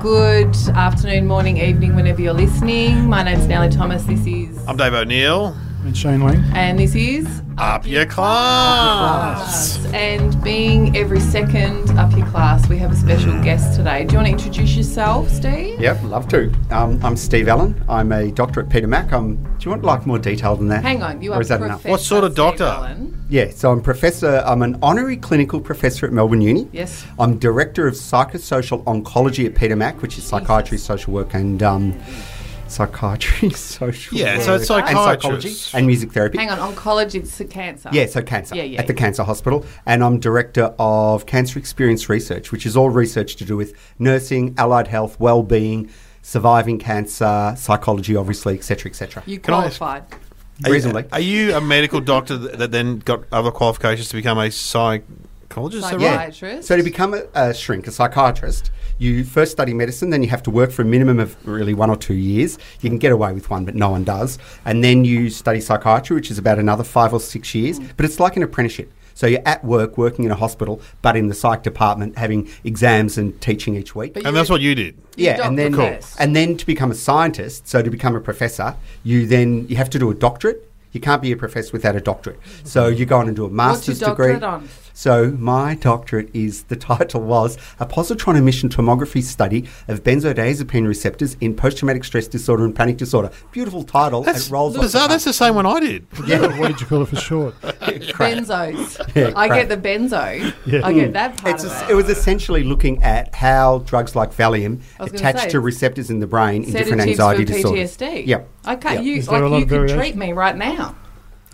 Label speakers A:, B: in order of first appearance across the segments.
A: Good afternoon, morning, evening, whenever you're listening. My name's Nellie Thomas. This is.
B: I'm Dave O'Neill.
C: And Shane Lang.
A: And this is.
B: Up your class.
A: And being every second up your class, we have a
D: Hmm.
A: special guest today. Do you want to introduce yourself, Steve?
D: Yep, love to. Um, I'm Steve Allen. I'm a doctor at Peter Mac. Um, do you want like more detail than that?
A: Hang on, you
D: Or
A: are
D: is that
A: Professor.
D: enough?
B: What sort of
A: Steve
B: doctor?
A: Allen.
D: Yeah, so I'm professor. I'm an honorary clinical professor at Melbourne Uni.
A: Yes.
D: I'm director of psychosocial oncology at Peter Mac, which is psychiatry, social work, and um, psychiatry, social
B: Yeah,
D: work,
B: so it's
D: and psychology
B: psychiatrists.
D: and music therapy.
A: Hang on, oncology, it's cancer.
D: Yeah, so cancer
A: Yeah, yeah,
D: at the
A: yeah.
D: Cancer Hospital, and I'm director of Cancer Experience Research, which is all research to do with nursing, allied health, well-being, surviving cancer, psychology, obviously, etc., etc.
A: You
B: Can I ask-
A: qualified.
B: Are you-
D: Reasonably,
B: Are you a medical doctor th- that then got other qualifications to become a psychologist? Is that
A: Yeah.
B: right?
A: psychiatrist?
D: So to become a, a shrink, a psychiatrist, you first study medicine, then you have to work for a minimum of really one or two years. You can get away with one, but no one does. And then you study psychiatry, which is about another five or six years. But it's like an apprenticeship. So you're at work, working in a hospital, but in the psych department, having exams and teaching each week.
A: But
B: And that's what you did.
A: You're
D: yeah,
A: doctor
D: and then
A: first.
D: and then to become a scientist, so to become a professor, you then you have to do a doctorate. You can't be a professor without a doctorate. So you go on and do a
A: What's your
D: master's degree.
A: doctorate on?
D: So my doctorate is the title was a positron emission tomography study of benzodiazepine receptors in post-traumatic stress disorder and panic disorder. Beautiful title.
B: That's
D: it rolls off the
B: bizarre.
D: tongue.
B: That's the same one I did.
C: What did you call it for short?
A: Benzos.
D: Yeah,
A: I get
D: crap.
A: the benzo.
C: Yeah.
A: I get that part
D: It's
A: of
D: es-
A: it.
D: it was essentially looking at how drugs like Valium
A: I was gonna
D: attach
A: say,
D: to receptors in the brain in different
A: Sedatives
D: anxiety
A: for
D: disorders.
A: PTSD.
D: Yep.
A: I can't.
D: Yep.
A: You
C: Is there a
A: like
C: lot
A: you
C: of
A: could treat
C: variation?
A: me right now.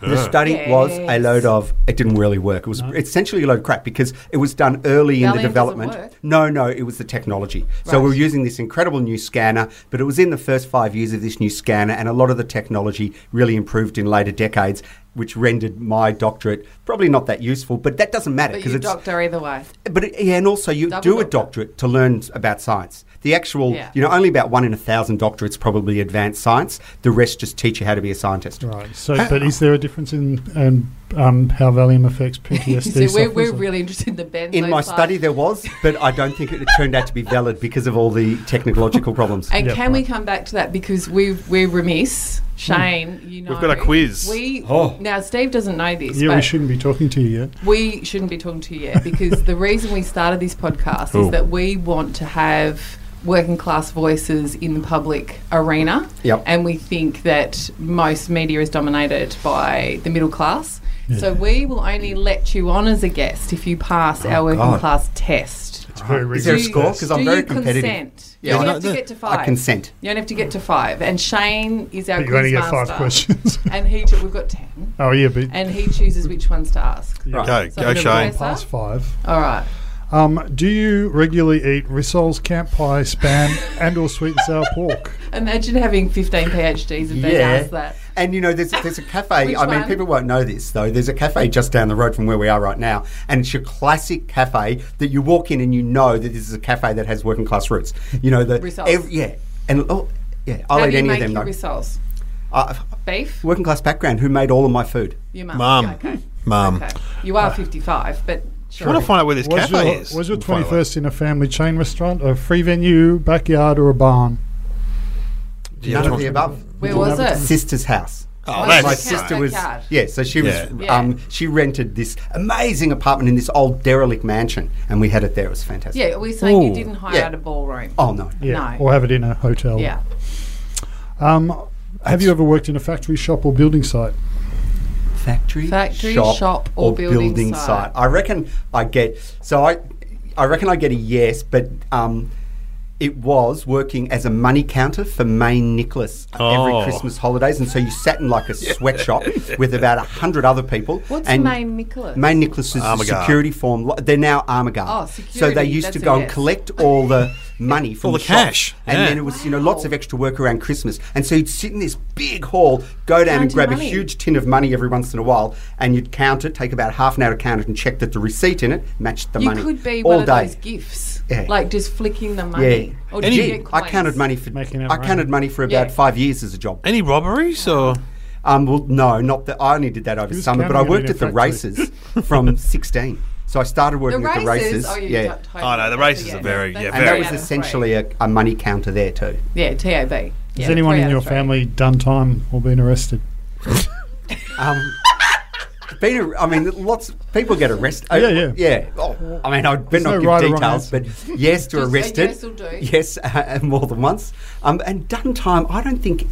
D: The study was a
A: Yes.
D: load of. It didn't really work. It was essentially a load of crap because it was done early in
A: Valium
D: the
A: doesn't
D: development.
A: work?
D: No, no, it was the technology. So
A: Right.
D: we were using this incredible new scanner, but it was in the first five years of this new scanner, and a lot of the technology really improved in later decades, which rendered my doctorate probably not that useful. But that doesn't matter
A: But
D: because
A: you
D: it's.
A: doctor either way.
D: But it, yeah, and also you
A: Double
D: do a
A: doctorate.
D: doctorate to learn s- about science. The actual,
A: Yeah.
D: you know, only about one in a thousand doctorates probably advance science. The rest just teach you how to be a scientist.
C: Right. So, but is there a difference in and um, how Valium affects PTSD?
A: so we're, we're
C: sufferers?
A: really interested in the benzo.
D: In my
A: side.
D: study, there was, but I don't think it turned out to be valid because of all the technological problems.
A: And
C: Yeah,
A: can we
C: right.
A: come back to that because we we're remiss, Shane. You know,
B: We've got a quiz.
A: We
D: Oh.
A: now Steve doesn't know this,
C: Yeah,
A: but
C: we shouldn't be talking to you yet.
A: we shouldn't be talking to you yet because the reason we started this podcast is
B: Cool.
A: that we want to have working class voices in the public arena.
D: Yep.
A: And we think that most media is dominated by the middle class. So we will only let you on as a guest if you pass our working
D: God.
A: class test.
C: It's very
D: Is there a
A: Do you-
D: score? Because
A: do
D: I'm very
A: you
D: competitive.
A: Consent?
D: Yeah,
A: you don't
D: I-
A: have to get to five.
D: I consent.
A: You don't have to get to five. And Shane is our
C: But you only
A: quiz
C: get five
A: master.
C: questions.
A: and he cho- we've got ten,
C: Oh yeah, but
A: and he chooses which ones to ask. So
B: Go,
C: Yeah.
B: go,
A: I'm gonna
B: Shane.
A: raise-
C: past five.
A: All right.
C: Um, do you regularly eat rissoles, camp pie, spam, and/or sweet and sour pork?
A: Imagine having fifteen PhDs if they asked that.
D: And you know, there's there's a cafe.
A: Which
D: I mean,
A: one?
D: people won't know this though. There's a cafe just down the road from where we are right now, and it's your classic cafe that you walk in and you know that this is a cafe that has working class roots. You know the
A: Results.
D: yeah, and oh yeah, I'll
A: How
D: eat
A: do you
D: any of
A: make
D: them
A: your
D: though.
A: rissoles?
D: I-
A: Beef?
D: working class background. Who made all of my food?
A: Your mum.
B: Mum.
A: Okay.
B: Mum.
A: Okay. You are fifty-five, but
B: I
A: sure.
B: want to find out where this
C: Was
B: cafe
C: your,
B: is.
C: was your
B: We'll find out.
C: 21st in a family chain restaurant, a free venue, backyard, or a barn?
B: Do you
D: None
B: have
D: of the
B: to-
D: above.
A: Where was it?
D: Sister's house.
B: Oh,
A: Why does
B: that's
D: my
A: it count?
D: sister
A: That
D: was
A: card.
D: yeah so she was
A: Yeah.
D: um she rented this amazing apartment in this old derelict mansion and we had it there it was fantastic
A: Yeah, we're saying you
C: Ooh.
A: didn't hire
D: Yeah.
A: out a ballroom.
D: oh no
C: Yeah.
A: No.
C: Or have it in a hotel?
A: Yeah.
C: Um, have you ever worked in a factory shop or building site?
D: factory
A: Factory, shop, or building site.
D: i reckon i get so i i reckon i get a yes but um it was working as a money counter for Maine Nicholas
B: Oh.
D: every Christmas holidays, and so you sat in like a sweatshop with about a hundred other people.
A: What's
D: and
A: Maine Nicholas?
D: Maine Nicholas is a
B: Armaguard.
D: security form. lo- They're now Armaguard.
A: Oh,
D: So they
A: security,
D: used to
A: that's a
D: go and
A: yes.
D: collect all the money from
B: All the
D: shop,
B: cash,
D: and
B: yeah.
D: then it was you know lots of extra work around Christmas. And so you'd sit in this big hall, go down and
A: Counting
D: grab
A: money.
D: a huge tin of money every once in a while, and you'd count it, take about half an hour to count it, and check that the receipt in it matched the
A: You
D: money.
A: could be
D: all
A: one
D: day.
A: of those gifts,
D: Yeah.
A: like just flicking the money.
D: yeah,
A: Or
B: And
A: do you
B: you-
A: get
D: I
A: coins?
D: counted money for
C: Making it
D: I counted
C: rain.
D: money for about
A: Yeah.
D: five years as a job.
B: Any robberies or?
D: Um, well, no, not that I only did that over
C: was
D: summer, but I
C: counting it
D: worked
C: in a
D: at the
C: factory.
D: races from sixteen. So I started
A: The
D: working
A: races.
D: at the races.
A: oh, you
D: yeah.
A: yeah. Totally,
B: Oh, no, the
A: that's-
B: races are very- yeah,
A: that's-
D: And that
B: very-
D: was
A: yeah, that's
D: essentially a, a money counter there too.
A: great. yeah, TAB.
C: Has
A: Yeah,
C: anyone
A: three
C: in
A: out
C: your
A: of three.
C: family done time or been arrested?
D: Um, been, a- I mean, lots people get arrested.
C: Yeah, yeah.
D: Oh, I mean, I better
C: There's no
D: not
C: right or wrong
D: give details,
C: answer.
D: but yes, to
A: Just a
D: arrested.
A: yes will do.
D: Yes, uh, more than once. Um, and done time. I don't think.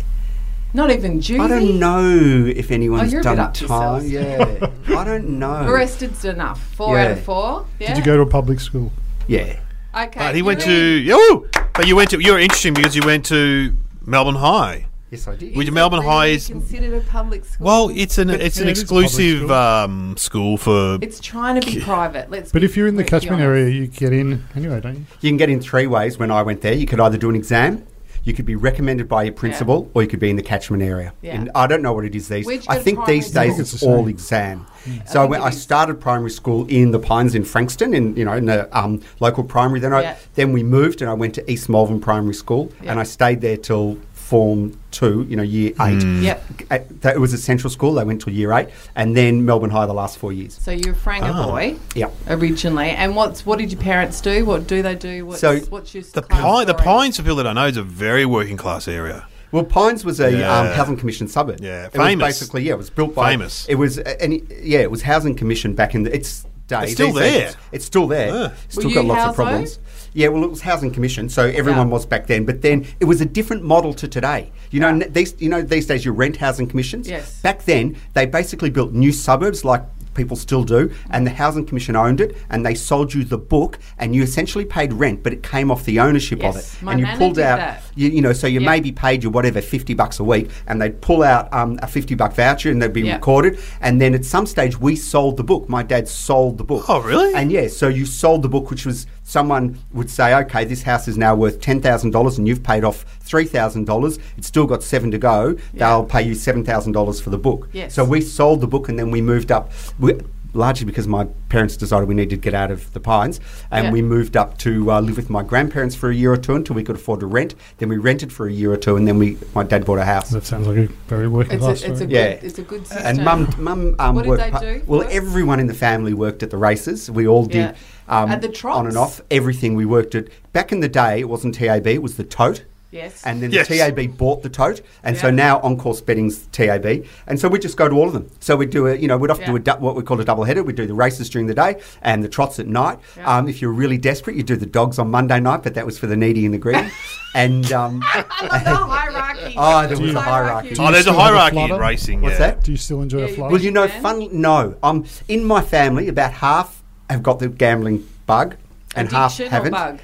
A: Not even Judy.
D: I don't know if anyone's
A: Oh, you're a bit
D: done
A: up
D: time. Yeah, I don't know.
A: Arrested's enough. Four
D: Yeah.
A: out of four. Yeah.
C: Did you go to a public school?
D: Yeah.
A: Okay.
B: But he
A: you
B: went
A: in?
B: to. Oh, but you went to. You were interesting because you went to Melbourne High.
D: Yes, I did.
B: Would
A: Is
B: you
A: it
B: Melbourne
A: really
B: High is.
A: considered a public school?
B: Well, it's an it's an
C: Yeah, it is a public
B: exclusive
C: school.
B: um, school for.
A: it's trying to be private. Let's.
C: But if you're in the
A: let's be
C: catchment
A: honest.
C: area, you get in anyway, don't you?
D: You can get in three ways when I went there. You could either do an exam, you could be recommended by your principal, or you could be in the catchment area.
A: Yeah.
D: And I don't know what it is these
A: Which
D: I
A: good
D: think
A: primary Mm.
D: these
A: school?
D: days
C: I think it's
D: it's
C: the
D: all
C: same.
D: exam. So I,
A: think
D: went,
A: it
D: I
A: is.
D: started primary school in the Pines in Frankston, in you know, in the um, local primary. Then
A: Yeah.
D: I then we moved and I went to East Malvern Primary School,
A: Yeah.
D: and I stayed there till form two, you know, year eight.
A: Mm. Yep.
D: Uh, That it was a central school. They went till year eight, and then Melbourne High the last four years.
A: So you're a Franga
B: Ah.
A: boy
D: Yeah.
A: originally, and what's what did your parents do? What do they do? What's,
D: So,
A: what's your
B: The,
A: kind of
B: pine, the
A: story?
B: Pines, for people that I know, is a very working class area.
D: Well, Pines was a um,
B: Yeah.
D: housing commission suburb.
B: Yeah,
D: It was
B: famous.
D: basically, yeah, it was built by
B: Famous.
D: It was, uh, and it- yeah, it was housing commission back in the, its day.
B: It's still
D: These days
B: there.
D: It's, it's still there.
B: Yeah.
D: Still
A: Were
D: got
A: you
D: lots
A: house
D: of problems. Yeah, well, it was housing commission, so everyone
A: Yeah.
D: was back then. But then it was a different model to today. You know, n- these you know these days you rent housing commissions.
A: Yes.
D: Back then they basically built new suburbs like. People still do, and the housing commission owned it, and they sold you the book, and you essentially paid rent, but it came off the ownership of
A: Yes,
D: it,
A: my
D: and you
A: nana
D: pulled
A: did
D: out.
A: that.
D: You, you know, so you
A: Yeah.
D: maybe paid your whatever fifty bucks a week, and they'd pull out um, a fifty buck voucher, and they'd be
A: Yeah.
D: recorded. And then at some stage, we sold the book. My dad sold the book.
B: Oh, really?
D: And yeah, so you sold the book, which was someone would say, okay, this house is now worth ten thousand dollars, and you've paid off three thousand dollars. It's still got seven to go. They'll pay you seven thousand dollars for the book.
A: Yes.
D: So we sold the book, and then we moved up. We, Largely because my parents decided we needed to get out of the pines, and
A: Yeah.
D: we moved up to uh, live with my grandparents for a year or two until we could afford to rent. Then we rented for a year or two, and then we my dad bought a house.
C: That sounds like a very working
A: It's
C: class
A: a,
C: story.
A: it's a
D: Yeah.
A: good. It's a good system.
D: And mum, mum, um,
A: What did
D: worked
A: they
D: pa-
A: do
D: well,
A: first?
D: everyone in the family worked at the races. We all did
A: Yeah.
D: um,
A: At the
D: on
A: trots?
D: and off everything. We worked at back in the day. It wasn't TAB. It was the tote.
A: Yes.
D: And then
B: Yes.
D: the TAB bought the tote, and so
A: Yeah.
D: now Encourse Betting's TAB, and so we just go to all of them. So we do a, you know, we'd often
A: Yeah.
D: do a, du- what we call a double header. We do the races during the day and the trots at night.
A: Yeah.
D: Um, if you're really desperate, you do the dogs on Monday night, but that was for the needy and the greedy. and um,
A: I love the hierarchy.
D: Oh, there
C: was a
D: hierarchy. Do
B: Oh, there's a
C: still have a
B: hierarchy in
C: flutter?
B: racing.
D: What's
B: yeah.
D: that?
C: Do you still enjoy
A: Yeah,
C: a
A: you
C: flight?
A: do.
D: Well, you know,
A: fan?
D: fun. No, um, in my family, about half have got the gambling bug, and
A: Addiction or
D: half haven't.
A: bug?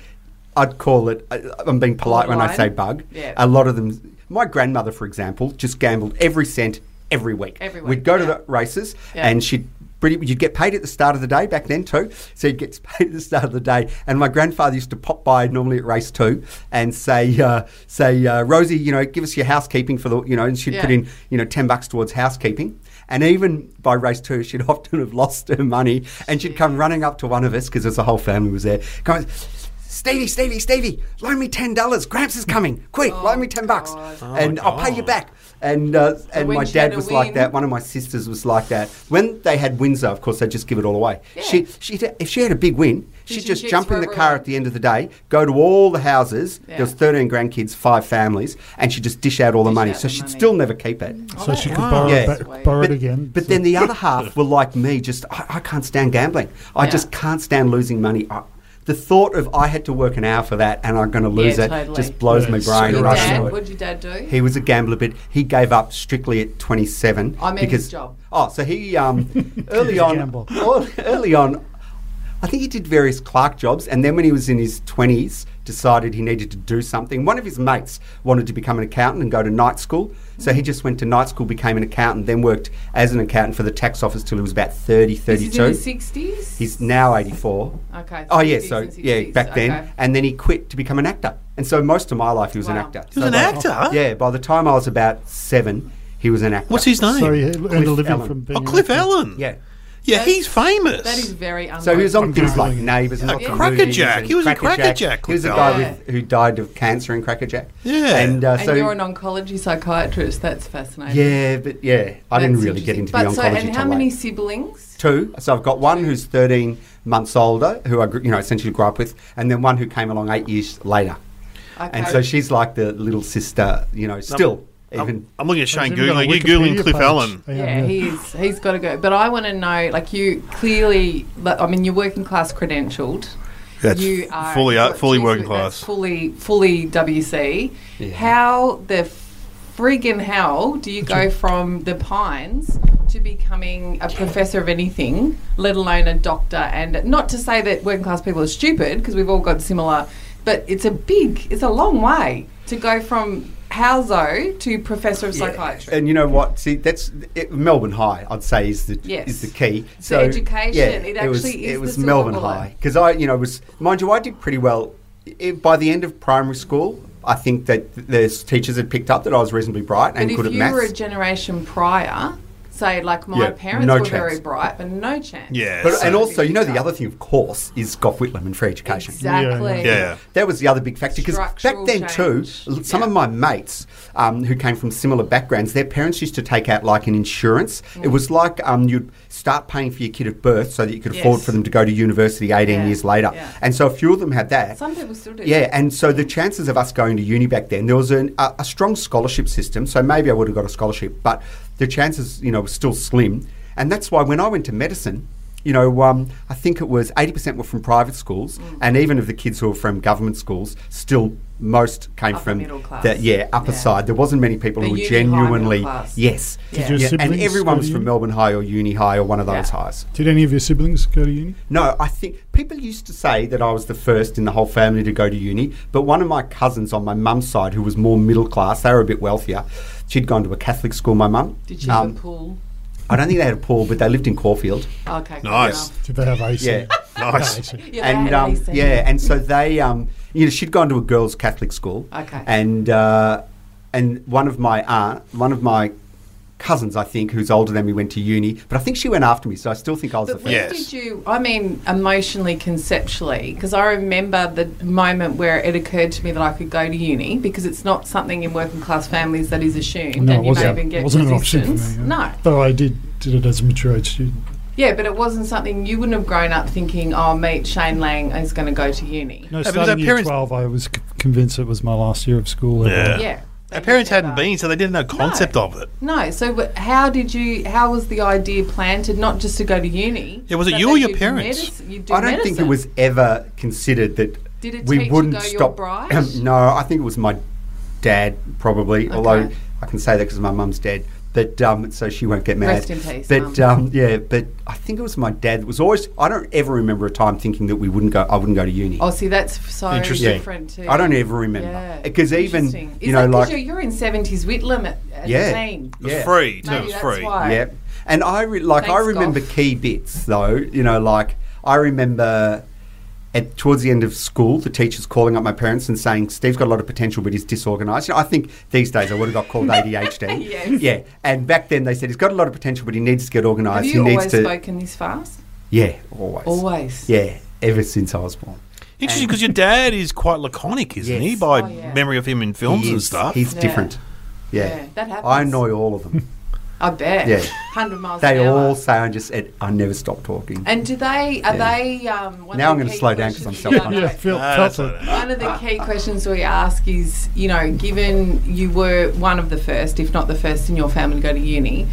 D: I'd call it. I, I'm being polite when I
A: Borderline?
D: say bug.
A: Yeah.
D: A lot of them. My grandmother, for example, just gambled every cent every week.
A: Every week,
D: We'd go
A: yeah.
D: to the races,
A: Yeah.
D: and she'd. Pretty, you'd get paid at the start of the day back then too. So you'd get paid at the start of the day. And my grandfather used to pop by normally at race two and say, uh, say uh, Rosie, you know, give us your housekeeping for the, you know, and she'd put
A: Yeah.
D: in you know, 10 bucks towards housekeeping. And even by race two, she'd often have lost her money and she'd come running up to one of us because there's a whole family was there. Come, Stevie, Stevie, Stevie, loan me $10. Gramps is coming. Quick, loan me 10 bucks.
A: Oh, God.
D: and I'll pay you
B: God.
D: back. And, uh, and
A: when
D: my
A: she had
D: dad
A: a
D: was like
A: win-
D: that. One of my sisters was like that. When they had wins, though, of course, they'd just give it all away.
A: Yeah.
D: She, she, if she had a big win,
A: Fish
D: she'd
A: and
D: just
A: chips
D: jump
A: for
D: in the car
A: everyone.
D: at the end of the day, go to all the houses.
A: Yeah.
D: There was 13 grandkids, five families, and she'd just dish out all the
A: Dish
D: money.
A: out
D: So
A: the
D: she'd
A: money.
D: still never keep it.
A: Mm. Oh,
C: so she could
B: Wow.
C: borrow,
D: Yeah.
C: it ba- borrow
D: But-
C: it again.
D: But then the other half were like me, just I, I can't stand gambling. I
A: Yeah.
D: just can't stand losing money. I, the thought of I had to work an hour for that and I'm going to lose
A: Yeah,
D: it
A: totally.
D: just blows
C: Yeah,
D: my
C: it's
D: brain.
C: so
A: Your
D: right
A: dad,
D: now.
A: what did your dad do?
D: He was a gambler, but he gave up strictly at 27.
A: I meant his job.
D: Oh, so he um, early
C: He's a
D: on,
C: gambler.
D: early- early on, I think he did various clerk jobs, and then when he was in his 20s, decided he needed to do something. One of his mates wanted to become an accountant and go to night school, so he just went to night school, became an accountant, then worked as an accountant for the tax office till he was about 30,
A: This
D: 32.
A: is in his sixties.
D: He's now 84.
A: okay.
D: Oh yeah,
A: 50s
D: so
A: and
D: yeah,
A: 60s,
D: back then,
A: okay.
D: and then he quit to become an actor. And so most of my life, he was an
A: Wow.
D: actor.
B: He was
D: So
B: an
D: by-
B: actor?
D: Yeah, by the time I was about seven, he was an actor.
B: What's his name?
C: so you earned a
D: Cliff
C: living
D: Allen.
C: from being.
B: oh, Cliff Allen.
D: Yeah.
B: Yeah,
A: That's-
B: he's famous.
A: That is very unlikely.
D: So he was on
C: I'm
D: things like
C: Googling it.
D: Neighbours and
B: Yeah,
D: lots of
B: Cracker
D: movies
B: Jack.
D: and
B: He was in Cracker Jack,
D: He was a
B: Cliff
D: guy
A: Bell.
D: with, who died of cancer in Cracker Jack.
B: Yeah.
D: and, uh,
A: and
D: so
A: you're an oncology psychiatrist. That's fascinating.
D: yeah, but yeah, I didn't
A: That's
D: really get
A: interesting.
D: into
A: but
D: the
A: so,
D: oncology.
A: And how
D: till
A: many
D: late.
A: siblings?
D: Two. So I've got one who's 13 months older, who I gr- you know essentially grew up with, and then one who came along eight years later.
A: Okay.
D: And so she's like the little sister, you know, still even.
B: I'm, I'm looking at Shane
C: Has even got a
B: googling. You
C: Wikipedia
B: googling Cliff
C: page.
B: Allen?
C: I am,
A: Yeah, he's he's got to go. But I want to know, like you clearly, like, I mean, you're working class credentialed.
B: That's
A: you
B: f- fully, uh,
A: you've got
B: fully
A: two
B: working
A: swi- that's
B: class.
A: fully fully WC.
D: Yeah.
A: How the friggin' hell do you go from the pines to becoming a professor of anything, let alone a doctor? And not to say that working class people are stupid, because we've all got similar, but it's a big, it's a long way to go from howzo to professor of psychiatry.
D: And you know what? See, that's it, Melbourne High. I'd say is the
A: Yes.
D: is the key.
A: So education, it
D: was,
A: actually is
D: it
A: the
D: was
A: silver
D: Melbourne
A: bullet.
D: High because I, you know, was mind you, I did pretty well I by the end of primary school. I think that the teachers had picked up that I was reasonably bright and
A: But if
D: good at
A: you
D: maths.
A: were a generation prior, say like my
D: Yeah,
A: parents
D: no
A: were
D: chance.
A: very bright, but no chance.
B: Yeah.
D: but,
B: so-
D: and also, you know, the other thing, of course, is Gough Whitlam and free education.
A: Exactly.
C: Yeah,
B: yeah.
D: That was the other big factor because back
A: Structural
D: then too,
A: change.
D: l- some
A: Yeah.
D: of my mates um, who came from similar backgrounds, their parents used to take out like an insurance.
A: Mm.
D: It was like um, you'd start paying for your kid at birth so that you could afford
A: Yes.
D: for them to go to university 18
A: Yeah.
D: years later.
A: Yeah.
D: And so a few of them had that.
A: Some people still do.
D: Yeah, and so the chances of us going to uni back then, there was an, a, a strong scholarship system. So maybe I would have got a scholarship, but the chances, you know, were still slim. And that's why when I went to medicine, you know, um, I think it was 80% were from private schools,
A: Mm.
D: and even of the kids who were from government schools, still most came
A: Upper
D: from
A: middle class.
D: the yeah upper
A: Yeah.
D: side. There wasn't many people
A: The
D: who were
A: uni high middle
D: genuinely
A: class.
D: yes,
A: Did
C: your
D: and
C: siblings
D: everyone
C: go
D: was
C: to
D: from
C: uni?
D: Melbourne High or Uni High or one of those
A: Yeah.
D: highs.
C: Did any of your siblings go to uni?
D: No, I think people used to say that I was the first in the whole family to go to uni, but one of my cousins on my mum's side, who was more middle class, they were a bit wealthier. She'd gone to a Catholic school, my mum. Um,
A: Did you have a pool?
D: I don't think they had a pool, but they lived in Caulfield.
A: Okay. cool
B: Nice.
A: enough.
C: Did they have AC?
D: Yeah.
B: Nice.
C: AC.
A: Yeah, they
D: and
A: had
D: um,
A: AC.
D: yeah, and so they, um, you know, she'd gone to a girls' Catholic school.
A: Okay.
D: And uh, and one of my aunt, one of my cousins, I think, who's older than me, went to uni, but I think she went after me, so I still think I was
A: But
D: the
A: when
D: first.
B: Yes.
A: did you? I mean, emotionally, conceptually, because I remember the moment where it occurred to me that I could go to uni because it's not something in working class families that is assumed,
C: No, it
A: and you may
C: wasn't,
A: even get
C: wasn't an option for me.
A: resistance.
C: yeah.
A: No,
C: Though I did did it as a mature age student.
A: yeah, but it wasn't something you wouldn't have grown up thinking. Oh, meet Shane Lang is going to go to uni.
C: No,
B: but our
C: starting year
B: parents-
C: 12, I was c- convinced it was my last year of school.
B: Yeah.
A: Yeah.
B: Our parents
A: They never-
B: hadn't been, so they didn't know concept of it.
A: No. So wh- how did you? How was the idea planted? Not just to go to uni.
B: Yeah, was it
A: but
B: you or
A: that
B: your
A: you'd
B: parents?
A: medici- you'd do
D: I don't think it
A: medicine?
D: was ever considered that
A: Did it
D: we
A: teach you
D: wouldn't
A: though you're
D: stop.
A: bright?
D: no, I think it was my dad probably. Although
A: Okay.
D: I can say that because my mum's dead. But um, so she won't get mad.
A: Rest in peace,
D: But um, yeah, but I think it was my dad. that was always. I don't ever remember a time thinking that we wouldn't go. I wouldn't go to uni.
A: Oh, see, that's f- so
B: Interesting.
A: different too.
D: I don't ever remember
A: Yeah.
D: because even
A: Interesting. Is
D: you know
A: that 'cause
D: like
A: you're, you're in seventies Whitlam at, at
D: Yeah.
A: 18?
B: It was
D: Yeah.
B: free. Too.
A: Maybe
B: it was
A: that's
B: free.
A: why.
D: Yep. And I re- like I
A: Thanks,
D: remember
A: Golf.
D: key bits though. You know, like I remember at towards the end of school, the teachers calling up my parents and saying, "Steve's got a lot of potential, but he's disorganised." You know, I think these days I would have got called ADHD.
A: Yes.
D: Yeah. And back then they said he's got a lot of potential, but he needs to get organised.
A: Have
D: He
A: you
D: needs
A: always
D: to.
A: spoken this fast?
D: Yeah. Always.
A: Always.
D: Yeah. Ever since I was born.
B: Interesting, because your dad is quite laconic, isn't he?
D: Yes.
B: By
A: Oh, yeah.
B: memory of him in films
D: He
B: and
D: is-
B: stuff. Ah,
D: He's
A: Yeah.
D: different. Yeah.
A: Yeah, that happens.
D: I annoy all of them.
A: I bet.
D: Yeah.
A: Hundred miles.
D: they
A: an
D: all
A: hour.
D: say I just I never stop talking.
A: And do they? Are
D: Yeah.
A: they? Um, one of
D: Now
A: the
D: I'm gonna
A: key
D: slow down 'cause
A: questions-
D: I'm
A: Yeah, I
D: self-conscious.
C: Yeah,
A: know.
B: No,
C: felt, felt
B: Ah, that's all
C: it.
B: right.
A: One of the key questions we ask is, you know, given you were one of the first, if not the first in your family to go to uni,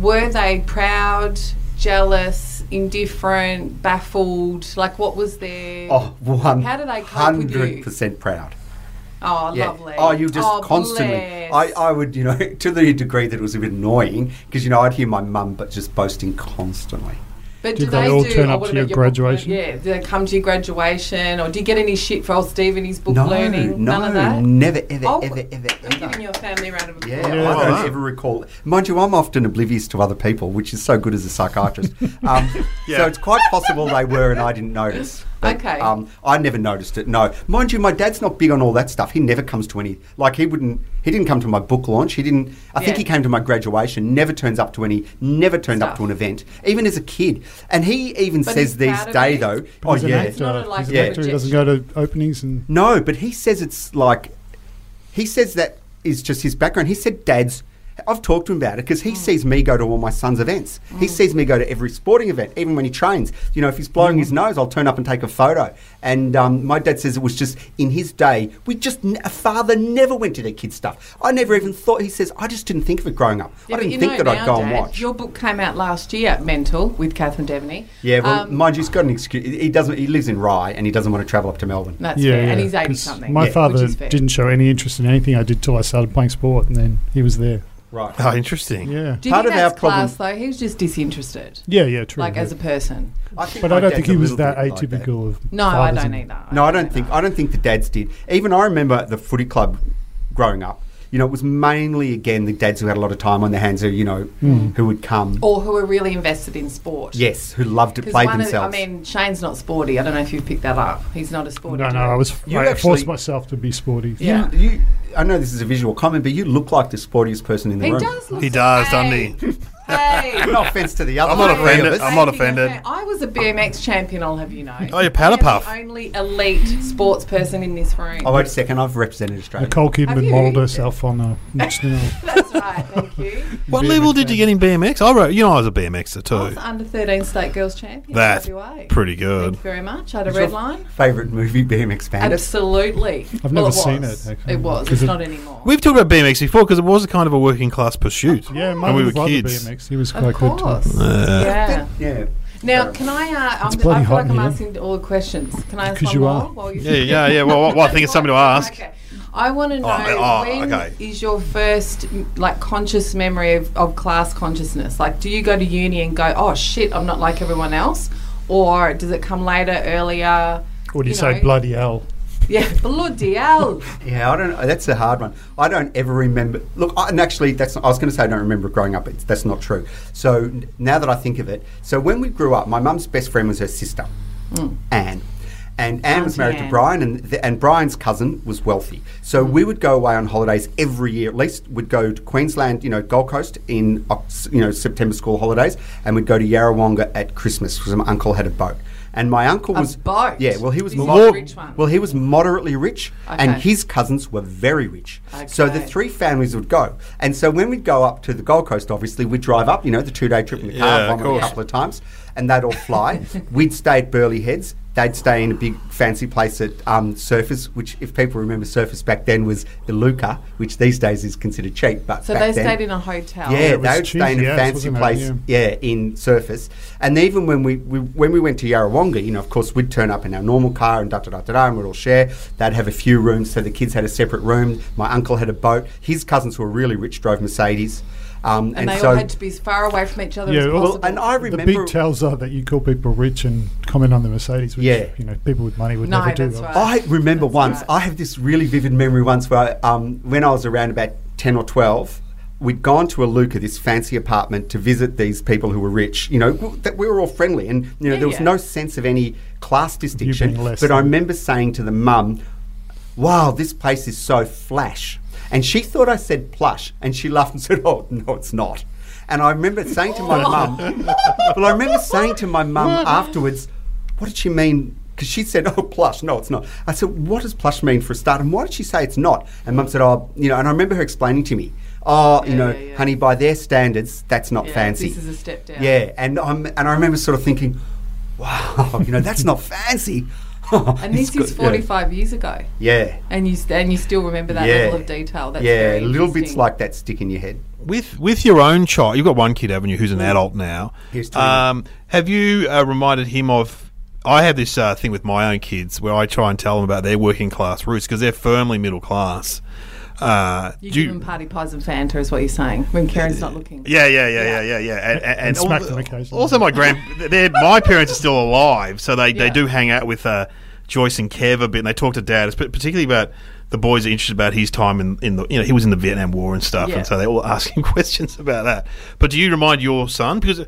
A: were they proud, jealous, indifferent, baffled? Like, what was their?
D: Oh, one
A: How do they cope with you?
D: hundred percent proud.
A: Oh,
D: Yeah.
A: lovely.
D: Oh, you just
A: Oh,
D: constantly.
A: bless.
D: I, I would, you know, to the degree that it was a bit annoying because you know I'd hear my mum but just boasting constantly.
A: but
C: Did they all turn
A: oh,
C: up
A: what
C: to your
A: about
C: graduation?
A: Yeah, do they come to your graduation, or do you get any shit for old Steve and his book
D: no,
A: learning?
D: no,
A: None of that.
D: never, ever,
A: Oh,
D: ever, ever,
A: You're
D: ever.
A: giving your family a round of applause.
D: Yeah,
C: Yeah.
D: I
B: Wow.
D: don't ever recall. Mind you, I'm often oblivious to other people, which is so good as a psychiatrist. Um,
B: Yeah.
D: So it's quite possible they were and I didn't notice. But,
A: Okay.
D: Um, I never noticed it. No, mind you, my dad's not big on all that stuff. He never comes to any. Like he wouldn't. He didn't come to my book launch. He didn't. I
A: Yeah.
D: think he came to my graduation. Never turns up to any. Never turned up
A: Stuff.
D: to an event, even as a kid. And he even
A: But
D: says
A: he's
D: these
A: proud of
D: day
A: it.
D: though.
C: But he's
D: oh
C: an
D: yeah.
A: It's not a
C: actor. He's an
A: lifetime
C: actor. He doesn't go to openings and
D: No, but he says it's like he says that is just his background. He said dad's. I've talked to him about it because
A: Mm.
D: he sees me go to all my son's events. He sees me go to every sporting event, even when he trains. You know, if he's
A: Mm.
D: blowing his nose, I'll turn up and take a photo. And um, my dad says it was just in his day. We just n- a father never went to their kids' stuff. I never even thought. He says I just didn't think of it growing up.
A: Yeah,
D: I
A: but
D: didn't
A: you
D: think
A: know
D: that I'd
A: now,
D: go and
A: Dad,
D: watch.
A: Your book came out last year, Mental, with Catherine Devaney.
D: yeah, well,
A: Um,
D: mind you, he's got an excuse. He doesn't. He lives in Rye and he doesn't want to travel up to Melbourne.
A: That's fair. And he's 80
C: 'cause
A: something.
C: My
A: which
C: father
A: is fair.
C: didn't show any interest in anything I did till I started playing sport, and then he was there.
D: Right.
B: Oh, interesting.
C: Yeah,
A: Do you
D: Part
A: think
D: of our
A: that's class, though? He was just disinterested,
C: yeah, yeah, true.
A: like as a person.
D: I think
C: but
D: my
C: I don't
D: dad's
C: think
D: a
C: he was
D: little
C: that
D: bit like
C: atypical of.
A: No, I
C: fathers
A: don't
C: and-
A: either.
D: No, I don't
A: either.
D: think I don't think the dads did. Even I remember the footy club growing up. You know, it was mainly again the dads who had a lot of time on their hands who you know who would come.
A: Hmm. Or who are really invested in sport.
D: Yes, who loved to
A: 'Cause
D: play
A: one of-
D: themselves.
A: I mean, Shane's not sporty. I don't know if you picked that up. He's not a sporty.
C: No, no,
A: dude.
C: I was.
D: You
C: I
D: actually-
C: forced myself to be sporty.
A: Yeah.
D: you, you, I know this is a visual comment, but you look like the sportiest person in the
A: He
D: room.
A: does. Look
B: He does, doesn't
A: hey,
B: he?
A: Hey.
D: No offense to the other.
B: I'm not
D: three of
B: offended.
D: us.
B: I'm not
A: Hey,
B: offended.
A: okay, I was a BMX champion. I'll have you know.
B: Oh, you're
A: I am
B: Powderpuff.
A: the Only elite sports person in this room.
D: Oh, wait a second. I've represented Australia.
C: Nicole
A: Have
C: Kidman
A: you?
C: modelled herself on uh, a national.
A: That's right. Thank you.
B: What
C: BMX
B: level did you get in BMX? I wrote, you know, I was a
A: I
B: BMXer
A: was
B: too.
A: the under thirteen state girls champion.
B: That's
A: WA.
B: pretty
A: Thank
B: good.
A: you very much. I had a
D: Is
A: red
D: your
A: line.
D: Favorite movie BMX Bandits.
A: Absolutely.
C: I've
A: Well,
C: never
A: it
C: seen
A: was.
C: it, actually.
A: It was.
C: 'Cause
A: It's
C: it-
A: not anymore.
B: We've talked about BMX before because it was a kind of a working class pursuit.
C: yeah, my
B: when we were
C: brother
B: kids.
C: BMX. He was
A: of
C: quite good. Too.
A: course. yeah.
D: Yeah.
A: Now, can I? Uh, I'm, I
C: It's
A: feel
C: bloody
A: like
C: hot in
A: I'm
C: here.
A: asking all the questions. Can I ask
C: 'Cause
A: one
C: you
A: more?
C: are.
A: While you
B: Yeah, yeah, yeah. Well, well, I think it's something to ask.
A: Okay. I want to know when is
B: oh, okay.
A: your first like conscious memory of, of class consciousness? Like, do you go to uni and go, "Oh shit, I'm not like everyone else," or does it come later, earlier?
C: Or do you,
A: You
C: say
A: know.
C: bloody hell?
A: Yeah, bloody hell!
D: Yeah, I don't. That's a hard one. I don't ever remember. Look, I, and actually, that's. Not, I was going to say I don't remember growing up. It's, that's not true. So n- now that I think of it, so when we grew up, my mum's best friend was her sister, Anne. And Anne was
A: Mm. Auntie
D: married
A: Anne. Mm.
D: to Brian, and th- and Brian's cousin was wealthy. So we would go away on holidays every year. At least we'd go to Queensland, you know, Gold Coast in Oct- you know September school holidays, and we'd go to Yarrawonga at Christmas because my uncle had a boat. And my uncle
A: A
D: was
A: boat?
D: Yeah, well he was
A: This is
D: mo-
A: the rich one.
D: well he was moderately rich, and
A: Okay.
D: his his cousins were very rich. So the
A: Okay.
D: three families would go. And so when we'd go up to the Gold Coast, obviously, we'd drive up, you know, the two day trip in the car,
B: Yeah, of
D: vomit a
B: course.
D: couple of times, and they'd all fly. we'd stay at Burley Heads. They'd stay in a big fancy place at um, Surface, which, if people remember, Surface back then was Iluka, which these days is considered cheap. But
A: So
D: back
A: they
D: then-
A: stayed in a hotel.
D: yeah,
C: was
D: they would stay in
C: cheesy
D: a
C: ass,
D: fancy
C: wasn't it?
D: place. Yeah. in Surface. And even when we, we when we went to Yarrawonga, you know, of course, we'd turn up in our normal car and da da da da, da and we'd all share. They'd have a few rooms, so the kids had a separate room. My uncle had a boat. His cousins who were really rich drove Mercedes. Um,
A: and, they
D: so,
A: all had to be as far away from each other
C: Yeah,
A: as
C: well,
A: possible.
D: and I
C: The
D: remember
C: big tells are that you call people rich and comment on the Mercedes, which
D: Yeah.
C: you know people with money would
A: No,
C: never do.
A: that's
C: obviously.
A: right.
D: I remember
A: That's
D: once.
A: right.
D: I have this really vivid memory once where I, um, when I was around about ten or twelve. We'd gone to Aluka, this fancy apartment, to visit these people who were rich. You know w- that we were all friendly, and you know
A: Yeah,
D: there was
A: yeah.
D: no sense of any class distinction.
C: being less
D: But I
C: than-
D: remember saying to the mum, "Wow, this place is so flash," and she thought I said plush, and she laughed and said, "Oh no, it's not." And I remember saying to my mum, "Well, I remember saying to my mum afterwards." what did she mean? Because she said, oh, plush. No, it's not. I said, what does plush mean for a start? And why did she say it's not? And mum said, oh, you know, and I remember her explaining to me, oh,
A: Yeah,
D: you know,
A: yeah, yeah.
D: honey, by their standards, that's not
A: Yeah,
D: fancy.
A: this is a step down.
D: Yeah. And, I'm, and I remember sort of thinking, wow, you know, that's not fancy.
A: and this is 45 years ago.
D: Yeah.
A: And you st- and you still remember that
D: yeah.
A: level of detail. That's
D: yeah,
A: very
D: little bits
A: interesting.
D: like that stick in your head.
B: With with your own child, you've got one kid, haven't you, who's
A: Mm.
B: an adult now.
D: He's twenty.
B: um, have you uh, reminded him of? I have this uh, thing with my own kids where I try and tell them about their working class roots because they're firmly middle class. Uh,
A: You
B: do
A: give them party pies and Fanta, is what you're saying, when Karen's not looking.
B: Yeah, yeah, yeah, yeah, yeah, yeah. And, and,
C: And smack
B: al-
C: them occasionally.
B: Also, my grand, they're, my parents are still alive, so they, they
A: Yeah.
B: do hang out with uh, Joyce and Kev a bit, and they talk to Dad, but particularly about the boys are interested about his time in, in the you know he was in the Vietnam War and stuff,
A: Yeah.
B: and so they all ask him questions about that. But do you remind your son because?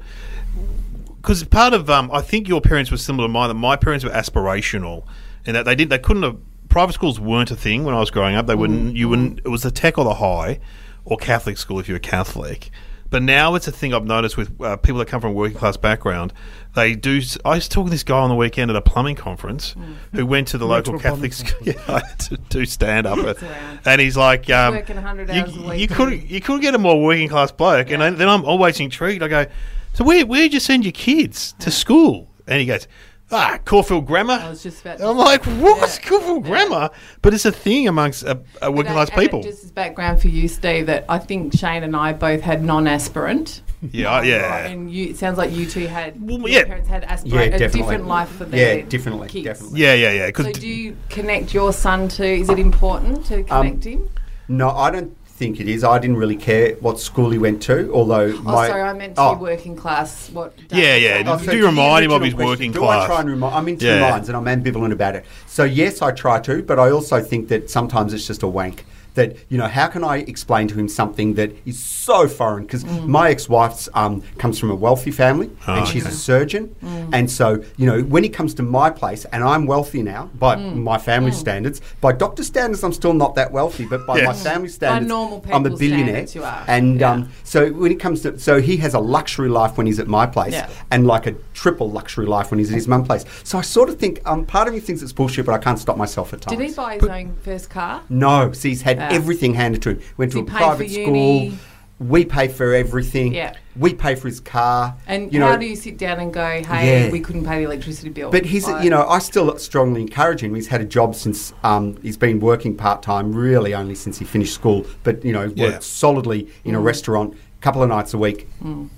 B: because part of um, I think your parents were similar to mine. That my parents were aspirational, and that they did they couldn't have private schools weren't a thing when I was growing up. They wouldn't
A: Mm-hmm.
B: you wouldn't it was the tech or the high, or Catholic school if you were Catholic. But now it's a thing I've noticed with uh, people that come from a working class background. They do. s- I was talking to this guy on the weekend at a plumbing conference
A: Mm.
B: who went to the
C: Went to
B: local
C: a
B: Catholic
C: plumbing
B: school yeah, to do stand up,
A: around.
B: and he's like, um,
A: Working 100
B: you,
A: hours a week
B: you
A: and-
B: couldn't you couldn't get a more working class bloke. And I, then I'm always intrigued. I go, so where where'd you send your kids to school? And he goes, ah, Caulfield Grammar. I
A: was just about to
B: I'm
A: say,
B: like, what's
A: yeah,
B: Caulfield Grammar? But it's a thing amongst uh, uh, working
A: And-
B: class
A: and
B: people.
A: Just as background for you, Steve, that I think Shane and I both had non-aspirant.
B: yeah, I- yeah.
A: And you, it sounds like you two had.
B: Well,
A: your
B: yeah.
A: Parents had aspirant,
D: Yeah,
A: a
D: definitely.
A: different life for
D: Yeah,
A: their
D: definitely,
A: kids.
D: definitely.
B: yeah, yeah, yeah. 'cause
A: So,
B: d-
A: do you connect your son to? Is it important
D: Um,
A: to connect him?
D: No, I don't think it is. I didn't really care what school he went to, although
A: Oh,
D: my
A: sorry, I meant to
D: Oh.
A: be working class. What?
B: Yeah, yeah,
A: Oh,
D: Oh,
B: Do
D: so
B: you
D: to the
B: remind him of
D: original
B: his
D: question,
B: working
D: do
B: class?
D: I try and remind? I'm in two
B: Yeah.
D: minds, and I'm ambivalent about it. So yes, I try to, but I also think that sometimes it's just a wank. That you know, how can I explain to him something that is so foreign? Because
A: Mm.
D: my ex-wife's um, comes from a wealthy family,
B: Ah,
D: and she's a surgeon,
A: Mm.
D: and so you know, when he comes to my place, and I'm wealthy now by
A: Mm.
D: my family standards, by doctor standards, I'm still not that wealthy, but by my
B: Yes.
D: family standards,
A: normal
D: I'm a
A: people's
D: billionaire,
A: standards you are,
D: and
A: yeah.
D: um, so when it comes to, so he has a luxury life when he's at my place,
A: Yeah.
D: and like a triple luxury life when he's at his mum's place. So I sort of think, um, part of me thinks it's bullshit, but I can't stop myself at times.
A: Did he buy his own first car?
D: No, see, he's had
A: Ah.
D: everything handed to him. Went
A: Does
D: to
A: he
D: a
A: pay for
D: private
A: uni?
D: school. We pay for everything.
A: Yeah.
D: We pay for his car.
A: And
D: you
A: how
D: know,
A: do you sit down and go, "Hey,
D: Yeah.
A: we couldn't pay the electricity bill"?
D: But he's,
A: Like-
D: you know, I still strongly encourage him. He's had a job since um, he's been working part time, really only since he finished school. But you know, worked
B: Yeah.
D: solidly in a restaurant, a couple of nights a week,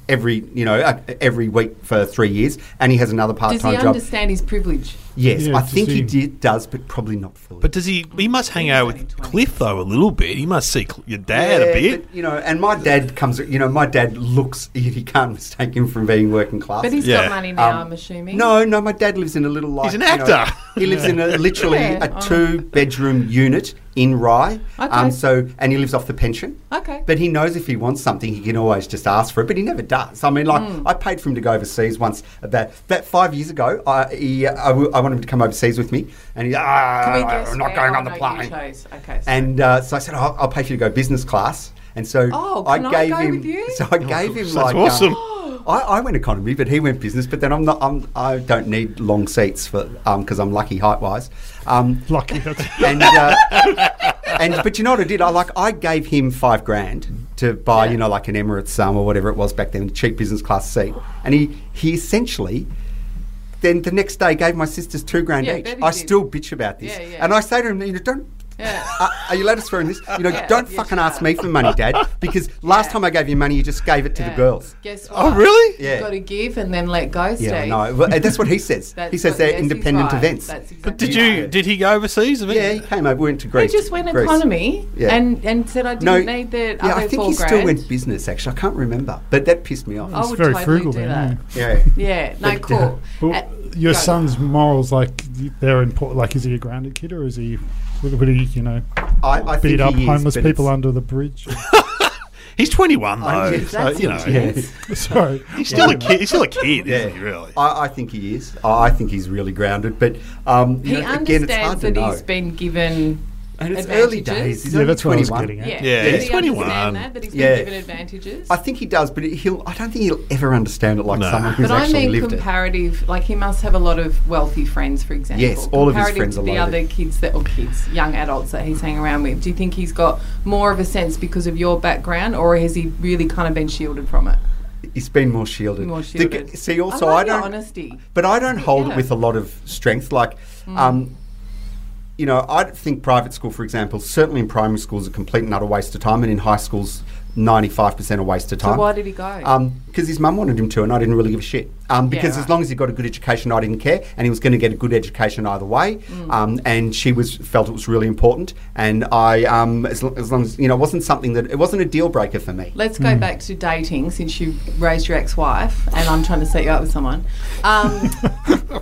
D: every you know, uh, every week for three years, and he has another part
A: does he
D: time job.
A: understand his privilege?
D: Yes,
C: Yeah,
D: I
C: to
D: think he
C: see.
D: did, does, but probably not fully.
B: but does he? He must hang out with
A: 20.
B: Cliff though a little bit. He must see Cl- your dad
D: Yeah,
B: a bit.
D: but, you know, and my dad comes. You know, my dad looks. He can't mistake him from being working class.
A: But he's
B: Yeah.
A: got money now,
D: Um,
A: I'm assuming.
D: No, no, my dad lives in a little like
B: He's an
D: you know,
B: actor.
D: he lives in a literally
A: Yeah,
D: a
A: oh.
D: two bedroom unit in Rye.
A: Okay.
D: Um so and he lives off the pension.
A: Okay.
D: But he knows if he wants something, he can always just ask for it. But he never does. I mean, like
A: Hmm.
D: I paid for him to go overseas once. About about five years ago, I he, I, w- I wanted him to come overseas with me, and he
A: Can we
D: ah,
A: guess
D: I'm not
A: where?
D: going
A: Oh,
D: on the
A: no, you
D: plane.
A: chose. Okay. so-
D: And uh, so I said, I'll, I'll pay for you to go business class. And so
A: Oh,
D: I
A: can I
D: gave
A: go
D: him.
A: with you?
D: So I gave him
B: that's
D: like.
B: awesome.
D: Um, I, I went economy, but he went business. But then I'm not. I'm, I don't need long seats for because I'm lucky height wise. Um,
C: Lucky. That's,
D: and uh, and but you know what I did? I like I gave him five grand to buy you know like an Emirates sum or whatever it was back then, a cheap business class seat. And he he essentially. Then the next day, gave my sisters two grand
A: Yeah, I
D: each.
A: bet he
D: I
A: did.
D: still bitch about this,
A: Yeah, yeah.
D: and I say to him, you know, don't
A: Yeah.
D: uh, are you allowed to swear in this? You know,
A: Yeah,
D: don't
A: yes,
D: fucking
A: you
D: ask
A: are.
D: me for money, Dad, because last
A: Yeah.
D: time I gave you money, you just gave it to the
A: Yeah.
D: girls.
A: Guess what?
B: Oh, really?
D: Yeah.
A: You've got to give and then let go, Steve.
D: Yeah, no, well, uh, that's what he says.
A: That's
D: he says
A: what-
D: they're
A: yes, he's
D: independent
A: right.
D: events.
A: That's
B: But
A: exactly
B: did
A: right.
B: you? Did he go overseas?
D: Yeah, he came over, went to
A: He
D: Greece.
A: just went
D: Greece.
A: economy
D: Yeah.
A: and, and said I didn't
D: No,
A: need the
D: yeah,
A: other
D: I think
A: four
D: he
A: grand. Oh.
D: still went business. Actually, I can't remember, but that pissed me off.
A: I
C: He's
A: would
C: very
A: totally
C: frugal
A: do
C: then,
A: that.
D: Yeah,
A: Yeah, no,
D: But, uh,
A: cool.
C: well,
A: Uh,
C: your
A: go.
C: son's morals, like they're important. Like, is he a grounded kid or is he? Would, would he, you know,
D: I, I think
C: beat up
D: he is,
C: homeless
D: but it's-
C: people under the bridge?
B: He's 21 though,
D: yeah,
B: so,
A: Oh, that's
B: you know.
D: Yeah.
C: Sorry,
B: He's still a kid. He's still a kid,
D: Yeah.
B: isn't he? Really?
D: I, I think he is. I, I think he's really grounded, but um,
A: He
D: you know, again, it's hard
A: understands
D: to
A: that
D: know.
A: he's been given.
D: and it's early
A: advantages.
D: days. He's
C: yeah,
D: only
C: that's what I was
D: 21.
C: getting at.
A: Yeah,
B: Yeah,
A: does
B: he's
A: he understand
B: 21.
A: That, but he's
D: Yeah.
A: been given advantages.
D: I think he does, but he'll. I don't think he'll ever understand it like
B: No.
D: someone who's
A: But I
D: actually
A: mean
D: lived it.
A: comparative, like he must have a lot of wealthy friends, for example.
D: Yes, all of his
A: Comparative
D: friends
A: to
D: are
A: the
D: loaded.
A: other kids that, or kids, young adults that he's hanging around with. Do you think he's got more of a sense because of your background, or has he really kind of been shielded from it?
D: He's been more shielded.
A: More
D: The g-
A: shielded.
D: see, also
A: I,
D: I,
A: love your
D: don't.
A: honesty.
D: But I don't hold
A: Yeah. Mm.
D: it with a lot of strength. Like, um, you know, I think private school, for example, certainly in primary schools, a complete and utter waste of time, and in high schools, ninety-five percent a waste of time.
A: why did he go?
D: Because his mum wanted him to, and I didn't really give a shit. Um, because
A: right.
D: as long as he got a good education, I didn't care, and he was going to get a good education either way.
A: Mm.
D: Um, and she was felt it was really important, and I, um, as, lo- as long as you know, it wasn't something that it wasn't a deal breaker for me.
A: Let's
B: Hmm.
A: go back to dating since you raised your ex-wife, and I'm trying to set you up with someone. Um,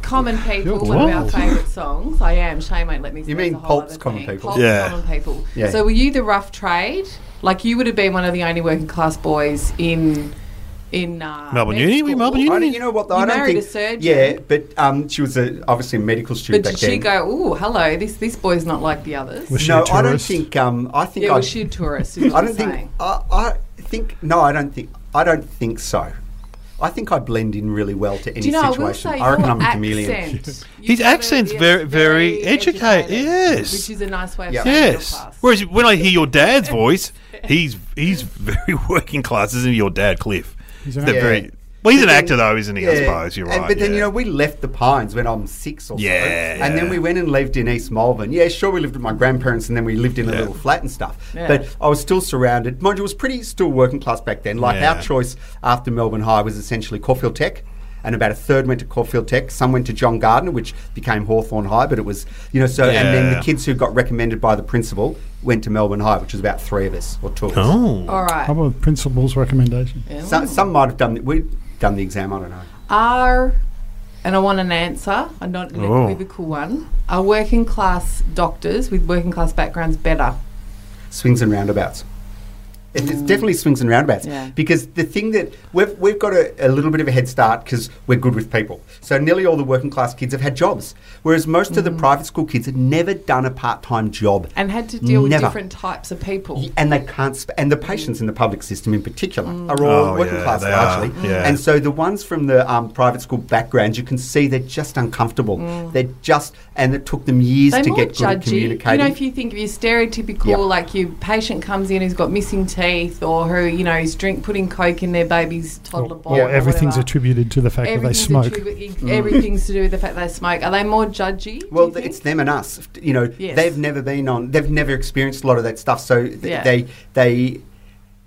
A: common people, one of our
C: wild.
A: favourite songs. I am. Shane won't let me. You
D: mean
A: a whole
D: Pulp's
A: other
D: Common
A: thing.
D: People.
A: Pulp's
B: Yeah.
A: Common people.
D: Yeah.
A: So were you the rough trade? Like you would have been one of the only working class boys in in uh,
B: Melbourne
A: med
B: Uni?
A: school.
B: We Melbourne Uni?
D: I don't, you know what? Though,
A: You
D: I don't
A: married
D: think,
A: a surgeon.
D: Yeah, but um, she was a, obviously a medical student
A: But
D: back
A: did she
D: then.
A: go? Oh, hello. This this boy's not like the others.
C: Was she
D: no,
C: a
D: I don't
C: tourist?
D: think. Um, I think
A: Yeah,
D: I,
A: was she a tourist? is
D: I
A: what
D: don't
A: you're
D: think.
A: saying.
D: I, I think no. I don't think. I don't think so. I think I blend in really well to any
A: Do you know? I will
D: situation.
A: say
D: I reckon
A: your
D: I'm a chameleon.
A: accent. you
B: His
A: gotta
B: accent's
A: be
B: very- very educated, yes.
A: which is a nice way of
D: Yeah.
A: saying middle
B: Yes.
A: class.
B: Whereas when I hear your dad's voice, he's he's very working class, isn't he? Your dad, Cliff.
C: He's an
B: They're
C: actor.
B: very- well, he's an
D: But then-
B: actor though, isn't he? I
D: yeah.
B: suppose you're
D: And-
B: right.
D: but then
B: yeah.
D: you know we left the Pines when I'm six or so,
B: Yeah,
D: and then
B: yeah.
D: we went and lived in East Malvern. Yeah, sure, we lived with my grandparents, and then we lived in a
B: Yeah.
D: little flat and stuff.
A: Yeah.
D: But I was still surrounded. Mind you, it was pretty still working class back then. Like
B: Yeah.
D: our choice after Melbourne High was essentially Caulfield Tech. And about a third went to Caulfield Tech. Some went to John Gardner, which became Hawthorne High. But it was, you know, so and then
B: Yeah.
D: the kids who got recommended by the principal went to Melbourne High, which was about three of us or two. Of us.
B: oh,
A: All
C: How
A: right.
C: about principal's recommendation?
A: Yeah.
D: Some, some might have done. We done the exam. I don't know.
A: are, and I want an answer, a not an
B: Oh.
A: equivocal one. Are working class doctors with working class backgrounds better?
D: swings and roundabouts. It- It's definitely swings and roundabouts
A: Yeah.
D: because the thing that we've, we've got a, a little bit of a head start because we're good with people. So nearly all the working class kids have had jobs, whereas most of the private school kids had never done a part time job
A: Mm-hmm. And had to deal with
D: Never.
A: different types of people.
D: Y- and they can't. Sp- and the patients in the public system, in particular,
A: Mm.
D: are all
B: Oh,
D: working
B: yeah,
D: class
B: they are.
D: largely.
B: Yeah.
D: And so the ones from the um, private school backgrounds, you can see they're just uncomfortable.
A: Mm.
D: They're just, and it took them years
A: They're
D: to
A: more
D: get good at
A: judgy.
D: communicating.
A: You know, if you think of your stereotypical,
D: Yep.
A: like your patient comes in who's got missing teeth or who, you know, is drink putting coke in their baby's toddler
C: Or,
A: bottle.
C: or everything's
A: whatever.
C: attributed to the fact that they
A: Everything's
C: smoke.
A: attribu- Everything's to do with the fact they smoke. Are they more judgy? do
D: Well,
A: you
D: th- it's
A: think?
D: them and us. F- You know,
A: Yes.
D: they've never been on. They've never experienced a lot of that stuff. So th-
A: Yeah.
D: they they.
A: They
D: You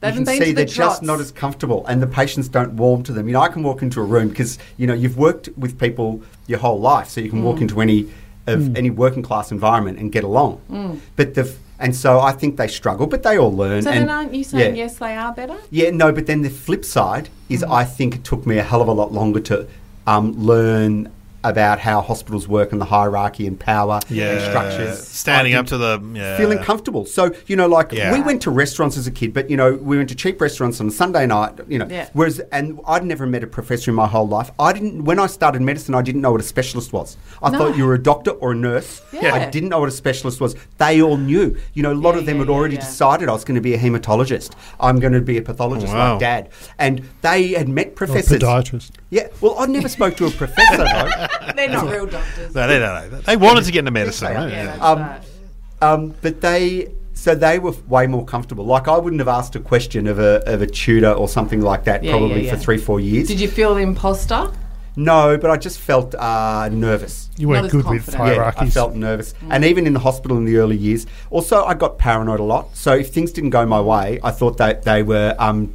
A: haven't
D: can
A: been to
D: see
A: the
D: they're just
A: trots.
D: not as comfortable, and the patients don't warm to them. You know, I can walk into a room because you know you've worked with people your whole life, so you can
A: Mm.
D: walk into any of any working class environment and get along. But the f- and so I think they struggle, but they all learn.
A: Mm. So
D: and
A: then aren't you saying
D: yeah.
A: yes, they are better?
D: Yeah, no, but then the flip side is
B: Mm.
D: I think it took me a hell of a lot longer to um, learn about how hospitals work and the hierarchy and power and
B: yeah,
D: structures.
B: standing
D: I
B: up to the yeah.
D: think Feeling comfortable. So, you know, like
B: Yeah.
D: we went to restaurants as a kid, but, you know, we went to cheap restaurants on Sunday night, you know.
A: Yeah.
D: Whereas, and I'd never met a professor in my whole life. I didn't, when I started medicine, I didn't know what a specialist was. I
A: No.
D: thought you were a doctor or a nurse.
A: Yeah.
D: I didn't know what a specialist was. They all knew. You know, a lot
A: Yeah,
D: of them
A: yeah,
D: had
A: yeah,
D: already
A: yeah.
D: decided I was going to be a hematologist. I'm going to be a pathologist
B: Wow.
D: like dad. And they had met
C: Or
D: professors.
C: podiatrist.
D: Yeah, well, I never spoke to a professor though.
A: They're not real doctors.
B: No, they, don't know. they wanted to get into medicine.
D: Yeah.
B: right?
A: Yeah, that's
D: Um,
A: right.
D: Um, but they, so they were way more comfortable. Like I wouldn't have asked a question of a of a tutor or something like that
A: Yeah,
D: probably
A: yeah,
D: for
A: yeah.
D: three four years.
A: Did you feel the imposter?
D: no, but I just felt uh, nervous.
C: You
A: Not
C: weren't
A: as
C: good with
A: confident.
C: hierarchies. Mm.
D: Yeah, I felt nervous. And even in the hospital in the early years, also I got paranoid a lot. So if things didn't go my way, I thought that they were um,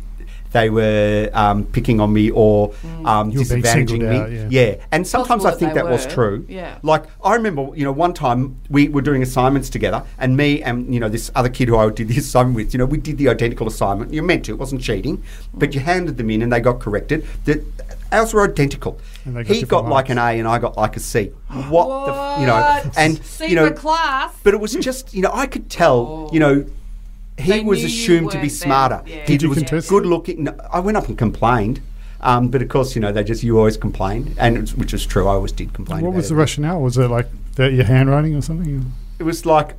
D: they were um, picking on me or um,
C: Mm. You were being
D: disadvantaging me.
C: singled out,
D: yeah. And sometimes
A: possible
D: I think
A: that
D: that,
A: they
D: was
A: were.
D: true.
A: Yeah.
D: Like I remember, you know, one time we were doing assignments together and me and, you know, this other kid who I did the assignment with, you know, we did the identical assignment. You're meant to, it wasn't
C: Mm.
D: cheating. But you handed them in and they got corrected. The, ours were identical.
C: And they got
D: he got
C: different
D: like an
C: marks.
D: A and I got like a C. What, the f- you know,
A: What?
D: and
A: Secret
D: you know,
A: class.
D: but it was just you know I could tell you know he
A: They
D: was
A: knew you
D: assumed to be
A: weren't
D: smarter.
A: them. Yeah.
D: He
A: Did you
D: was
C: contest?
D: Good looking. No, I went up and complained, um, but of course you know they just you always complain, and it was, which is true. I always did complain.
C: What
D: about
C: was
D: it.
C: the rationale? Was it like that your handwriting or something?
D: It was like.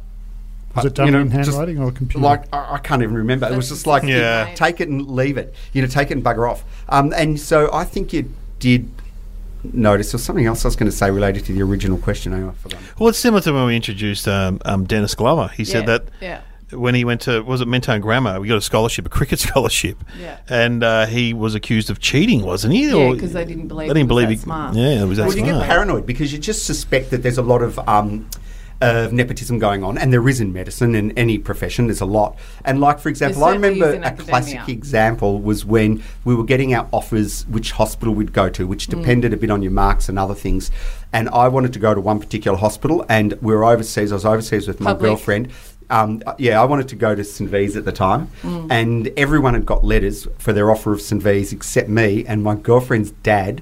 C: Was it done
D: you know,
C: in
D: just
C: handwriting or computer?
D: Like I, I can't even remember. It was
A: That's
D: just like
B: Yeah.
A: insane.
D: take it and leave it. You know, take it and bugger off. Um, and so I think you did notice. There was something else I was going to say related to the original question. I forgot.
B: Well, it's similar to when we introduced um, um, Dennis Glover. He said
A: Yeah,
B: that
A: yeah.
B: when he went to was it Mentone Grammar, we got a scholarship, a cricket scholarship,
A: Yeah.
B: and uh, he was accused of cheating, wasn't he?
A: Yeah,
B: Or-
A: 'cause they didn't believe
B: they
A: he
B: didn't
A: was
B: believe
A: that
B: he-
A: smart.
B: Yeah, it was that
A: Well,
D: Well, you get
B: smart.
D: paranoid because you just suspect that there's a lot of um, of nepotism going on, and there is in medicine and any profession. There's a lot, and like for example, I
A: certainly is
D: remember a
A: in academia.
D: classic example was when we were getting our offers which hospital we'd go to, which depended a bit on your marks and other things. And I wanted to go to one particular hospital, and we were overseas. I was overseas with my
A: Public.
D: girlfriend. Um, uh, yeah, I wanted to go to St V's at the time, and everyone had got letters for their offer of St V's except me and my girlfriend's dad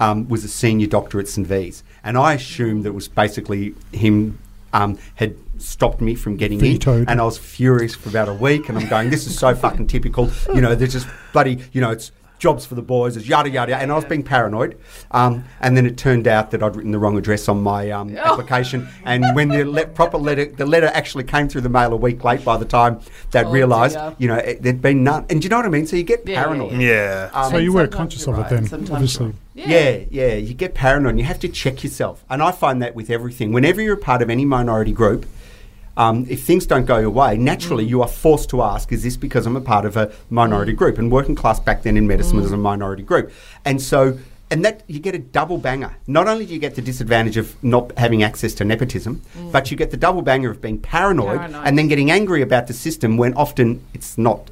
D: um, was a senior doctor at St V's, and I assumed that it was basically him um, had stopped me from getting in,
C: Vetoed.
D: and I was furious for about a week. And I'm going, this is so fucking typical. You know, they're just bloody. You know, it's jobs for the boys, is yada yada, yada. And I was being paranoid. Um, and then it turned out that I'd written the wrong address on my um, application. And when the le- proper letter, the letter actually came through the mail a week late. By the time they'd
A: Oh,
D: realised,
A: dear.
D: you know, it, there'd been none. And do you know what I mean? So you get
A: Yeah, yeah,
D: paranoid. Um,
A: yeah.
B: Yeah.
C: So
A: And
C: you were
A: sometimes
C: conscious
A: you're
C: of it
A: right,
C: then,
A: sometimes
C: obviously.
A: you're right. Yeah.
D: Yeah, yeah. You get paranoid. and You have to check yourself. And I find that with everything. Whenever you're a part of any minority group, um, if things don't go your way,
A: Mm.
D: naturally you are forced to ask, is this because I'm a part of a minority group? And working class back then in medicine
A: Mm.
D: was a minority group. And so, and that you get a double banger. Not only do you get the disadvantage of not having access to nepotism, but you get the double banger of being
A: Mm.
D: paranoid,
A: Paranoid.
D: and then getting angry about the system when often it's not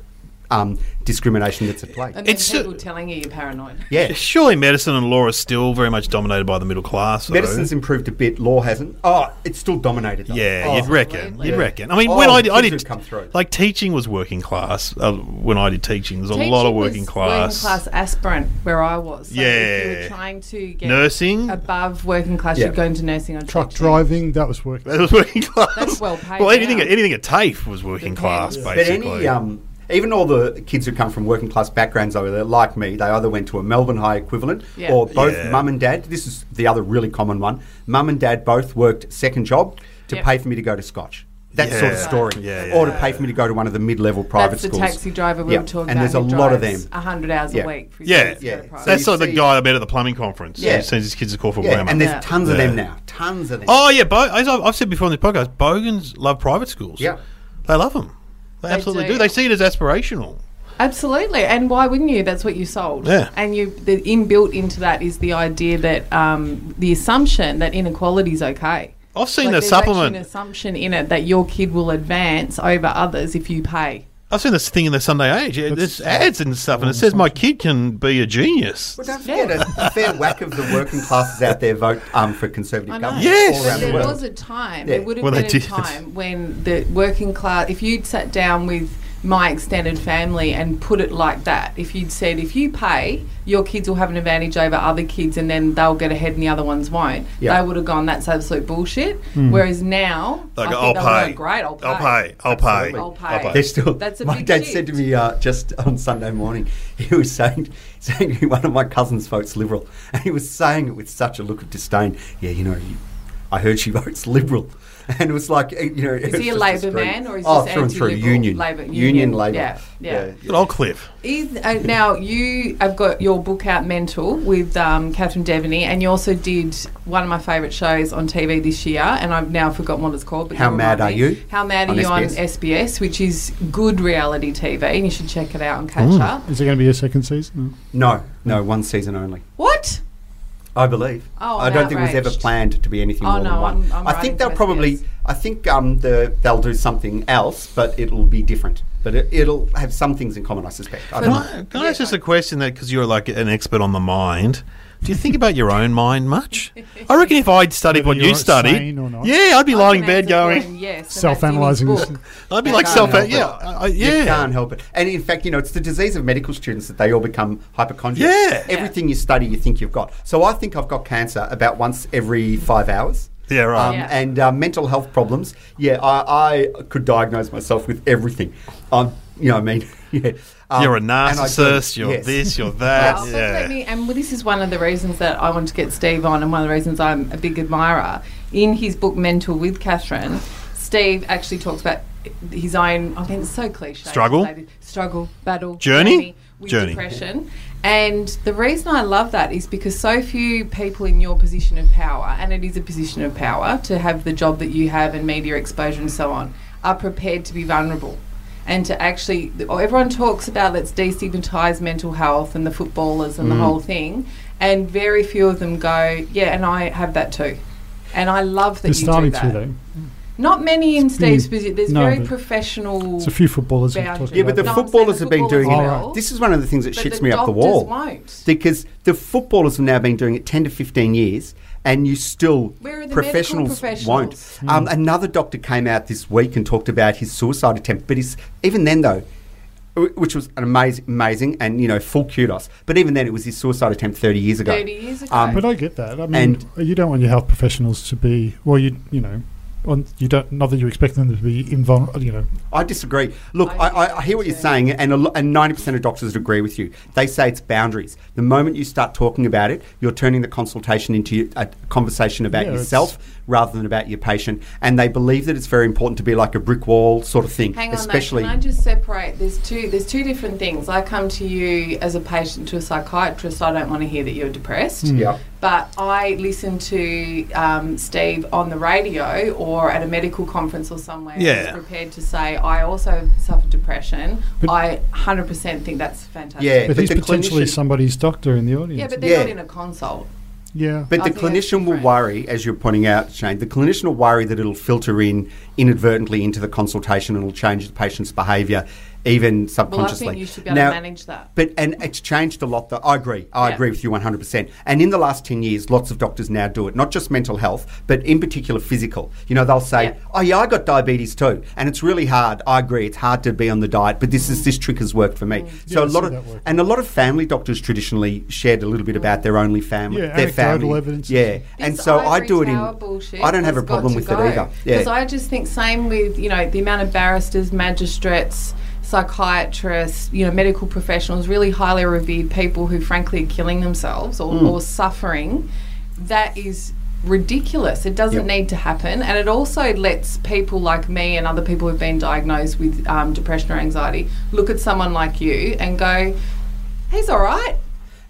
D: um, discrimination that's at play.
A: And then
B: It's so-
A: people telling you you're paranoid.
D: yeah.
B: Surely medicine and law are still very much dominated by the middle class. though.
D: Medicine's improved a bit. Law hasn't. Oh, it's still dominated. Though.
B: Yeah,
D: Oh.
B: you'd reckon.
A: Absolutely.
B: You'd
A: Yeah.
B: reckon. I mean,
D: Oh,
B: when I
D: the
B: did, I
D: kids
B: did
D: who've come through.
B: like teaching was working class. Uh, when I did teaching, there's a lot of
A: Teaching was
B: working class.
A: working class aspirant where I was. So if you
B: Yeah.
A: were trying to get
B: Nursing?
A: above working class,
D: Yeah.
A: you'd go into nursing or
C: Truck
A: teaching.
C: driving, that was working.
B: That was working class.
A: That's well paid
B: Well, anything
A: now.
B: anything at TAFE was working
A: Depends.
B: class
A: But
D: But
B: basically.
D: any, um, even all the kids who come from working class backgrounds, though, they're like me. They either went to a Melbourne High equivalent,
A: Yeah.
D: or both
B: Yeah.
D: mum and dad. This is the other really common one. Mum and dad both worked second job to
A: Yep.
D: pay for me to go to Scotch. That sort of
B: Yeah.
D: story,
B: Yeah, yeah,
D: or to
B: yeah.
D: pay for me to go to one of the mid-level private
A: That's
D: schools.
A: the taxi driver we
D: Yeah.
A: were talking
D: and
A: about.
D: there's a
A: who
D: lot of
A: drives
D: them.
A: 100 hours
D: Yeah.
A: a week. For his
B: yeah,
A: kids to
D: yeah.
A: go to
D: So
A: private.
B: that's
D: you
B: like the
D: see-
B: guy I met at the plumbing conference.
D: Yeah.
B: Yeah, sends his kids to call for
D: Yeah,
B: Whammo.
D: and there's
A: Yeah.
D: tons of
B: Yeah.
D: them now. Tons of them.
B: Oh yeah, Bo- as I've, I've said before on this podcast, Bogans love private schools.
D: Yeah.
B: they love them. They,
A: They
B: absolutely do.
A: do.
B: They see it as aspirational.
A: Absolutely, and why wouldn't you? That's what you sold.
B: Yeah.
A: And you, the inbuilt into that is the idea that um, the assumption that inequality is okay.
B: I've seen
A: Like,
B: the
A: there's actually
B: supplement.
A: an assumption in it that your kid will advance over others if you pay.
B: I've seen this thing in the Sunday Age. Yeah,
C: That's-
B: There's ads and stuff, and it says my kid can be a genius.
D: Well, don't
A: Yeah.
D: forget, a, a fair whack of the working classes out there vote um, for Conservative
A: I know.
D: government
B: Yes.
D: all around
A: But
D: the
A: there
D: world.
A: was a time.
D: Yeah.
A: There would have
B: Well,
A: been
B: they
A: a
B: did.
A: time when the working class. If you'd sat down with my extended family and put it like that, if you'd said, if you pay, your kids will have an advantage over other kids, and then they'll get ahead, and the other ones won't.
D: Yeah.
A: They would have gone, that's absolute bullshit.
D: Hmm.
A: Whereas now,
B: Like,
A: I think
B: I'll
A: they'll go,
B: pay.
A: Great, I'll pay.
B: I'll pay. I'll pay.
D: Absolutely.
A: I'll pay.
D: They're still.
A: That's a
D: my
A: big
D: dad
A: shift.
D: said to me uh, just on Sunday morning, he was saying, saying to me, one of my cousins votes Liberal, and he was saying it with such a look of disdain. Yeah, you know, you, I heard she votes Liberal, and it was like, eh, you know,
A: Is he a Labor man or is
D: oh,
A: this
D: through and through
A: anti-Liberal?
D: Union,
A: Labor-
D: Union
A: Union,
D: Labor.
A: yeah, yeah.
B: Good old Cliff.
A: Is, uh, now you have got your book out, Mental, with um, Catherine Devaney, and you also did one of my favourite shows on TV this year, and I've now forgotten what it's called. But
D: How
A: you
D: Mad
A: remind
D: Are
A: me.
D: You?
A: How mad
D: On
A: are you on
D: SBS.
A: SBS, which is good reality TV, and you should check it out and catch up.
C: Is there going to be a second season?
D: No, no, one season only.
A: What?
D: I believe.
A: Oh,
D: I don't think it was ever
A: outraged.
D: planned to be anything
A: Oh,
D: more than
A: no,
D: one.
A: I'm- I'm
D: I think
A: writing
D: they'll
A: to
D: probably.
A: SBS.
D: I think um, the, they'll do something else, but it'll be different. But it, it'll have some things in common, I suspect. I
B: Can
D: don't know.
B: I, can I ask just a question that because you're like an expert on the mind? Do you think about your own mind much? I reckon if I'd studied
C: Whether
B: what you
C: you're
B: studied,
C: sane or not.
B: yeah, I'd be
A: I
B: lying
A: can
B: in bed
A: answer for him,
B: going,
A: yes, and that's in his
C: Self-analysing.
A: book.
B: I'd be
A: You
B: like
A: can't
B: self,
A: help
B: yeah,
D: it.
B: I, I-
D: You can't
B: yeah.
D: help it. And in fact, you know, it's the disease of medical students that they all become hypochondriac.
B: Yeah.
D: Everything you study, you think you've got. So I think I've got cancer about once every five hours.
B: Yeah, right.
D: Um,
A: Yeah.
D: And uh, mental health problems. Yeah, I, I could diagnose myself with everything. Um, you know, what I mean, yeah. Um,
B: You're a
D: and I do,
B: narcissist. You're
D: yes.
B: this. You're
A: Well,
B: that.
A: but let
B: yeah.
A: me- and well, this is one of the reasons that I want to get Steve on, and one of the reasons I'm a big admirer. In his book Mental with Catherine, Steve actually talks about his own. I mean, it's so cliche.
B: Struggle?
A: struggle, battle,
B: Journey?
A: with
B: Journey.
A: depression. And the reason I love that is because so few people in your position of power, and it is a position of power to have the job that you have and media exposure and so on, are prepared to be vulnerable. And to actually, th- oh, everyone talks about let's destigmatize mental health and the footballers and the
C: Mm.
A: whole thing, and very few of them go, yeah, and I have that too. And I love that
C: They're
A: you do
C: starting
A: that.
C: to, though.
A: Not many in
C: few.
A: Steve's position. There's
C: No,
A: very
C: but-
A: professional.
C: It's a few footballers we've
A: Bound
C: talked
A: to.
D: Yeah, but the
A: No,
C: about.
A: I'm saying
D: footballers
A: the
D: have been doing
A: footballers
D: it.
A: will.
D: This is one of the things that
A: But
D: shits
A: the
D: me up the
A: doctors
D: wall.
A: won't.
D: Because the footballers have now been doing it 10 to 15 years, and you still,
A: Where are the
D: professionals,
A: medical
D: won't.
A: professionals?
D: Um, another doctor came out this week and talked about his suicide attempt, but his, even then, though, wh- which was an amazing, amazing, and you know, full kudos. But even then, it was his suicide attempt 30 years ago.
A: 30 years ago.
D: Um,
C: But I get that. I mean,
D: And-
C: you don't want your health professionals to be well. You you know, on, you don't not that you expect them to be invulnerable. You know,
D: I disagree. Look, I, I, I hear what you're saying, and a lo- and ninety percent of doctors would agree with you. They say it's boundaries. The moment you start talking about it, you're turning the consultation into a conversation about
C: Yeah,
D: yourself rather than about your patient. And they believe that it's very important to be like a brick wall sort of thing,
A: Hang on,
D: especially.
A: mate. Can I just separate? There's two. There's two different things. I come to you as a patient to a psychiatrist. I don't want to hear that you're depressed.
D: Yeah.
A: But I listen to um, Steve on the radio or at a medical conference or somewhere.
B: Yeah.
A: who's prepared to say I also suffer depression.
C: But-
A: I 100% think that's fantastic.
D: Yeah.
C: but,
D: But
C: he's
D: the
C: potentially
D: clinician-
C: somebody's doctor in the audience.
A: Yeah, but they're not
D: Yeah.
A: in a consult.
C: yeah.
D: But
A: I
D: the
A: think that's
D: clinician will
A: different.
D: worry, as you're pointing out, Shane, the clinician will worry that it'll filter in inadvertently into the consultation and it'll change the patient's behaviour, even
A: Well, I
D: subconsciously.
A: think you should be able
D: Now-
A: to manage that.
D: But and it's changed a lot. Though I agree, I
A: Yeah.
D: agree with you 100. percent And in the last 10 years, lots of doctors now do it. Not just mental health, but in particular physical. You know, they'll say,
A: Yeah.
D: "Oh yeah, I got diabetes too, and it's really hard." I agree, it's hard to be on the diet, but this
A: Mm.
D: is this trick has worked for me.
C: Yeah,
D: So a
C: I
D: lot
C: see
D: of
C: that working.
D: and a lot of family doctors traditionally shared a little bit about their only family,
C: Yeah,
D: their
C: anecdotal
D: family,
C: evidence.
D: yeah. And
A: This
D: so I
A: ivory
D: do it in.
A: tower bullshit
D: I don't have a
A: has got
D: problem
A: to
D: with
A: go.
D: it either.
A: Because
D: Yeah.
A: I just think same with you know the amount of barristers, magistrates, psychiatrists, you know medical professionals, really highly revered people who frankly are killing themselves or,
D: Mm.
A: or suffering. That is ridiculous. It doesn't
D: Yep.
A: need to happen, and it also lets people like me and other people who've been diagnosed with um, depression or anxiety look at someone like you and go, "He's all right."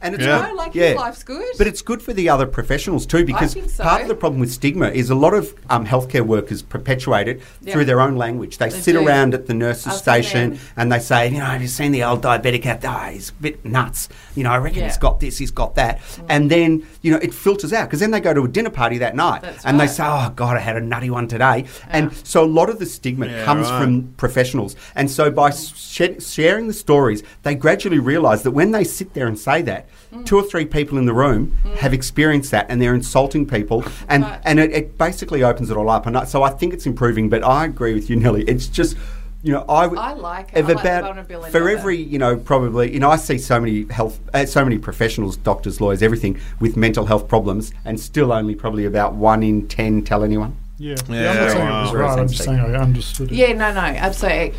D: and
A: You
B: Yeah.
A: know, like
D: yeah.
A: his life's good.
D: But it's good for the other professionals too, because
A: think so.
D: part of the problem with stigma is a lot of um, healthcare workers perpetuate it
A: Yeah.
D: through their own language. They,
A: They
D: sit
A: do.
D: around at the nurse's
A: I've seen
D: station
A: them.
D: and they say, you know, have you seen the old diabetic out there? He's a bit nuts. You know, I reckon
A: Yeah. Mm.
D: he's got this, he's got that. And then, you know, it filters out because then they go to a dinner party that night
A: That's
D: and
A: right.
D: they say, oh, God, I had a nutty one today. And so a lot of the stigma
B: Yeah,
D: comes
B: right.
D: from professionals. And so by sh- sharing the stories, they gradually realise that when they sit there and say that,
A: Mm.
D: two or three people in the room have experienced that and they're insulting people. And,
A: Right.
D: and it, it basically opens it all up. And I, so I think it's improving, but I agree with you, Nelly. It's just. You know, I, w-
A: I like it. I
D: of
A: like the vulnerability
D: for
A: of it.
D: every you know probably you know I see so many health uh, so many professionals doctors lawyers everything with mental health problems and still only probably about one in ten tell anyone.
C: yeah.
B: Yeah,
C: I'm not saying it was
B: wow.
C: right. I'm just saying I understood it.
A: yeah, no, no, absolutely.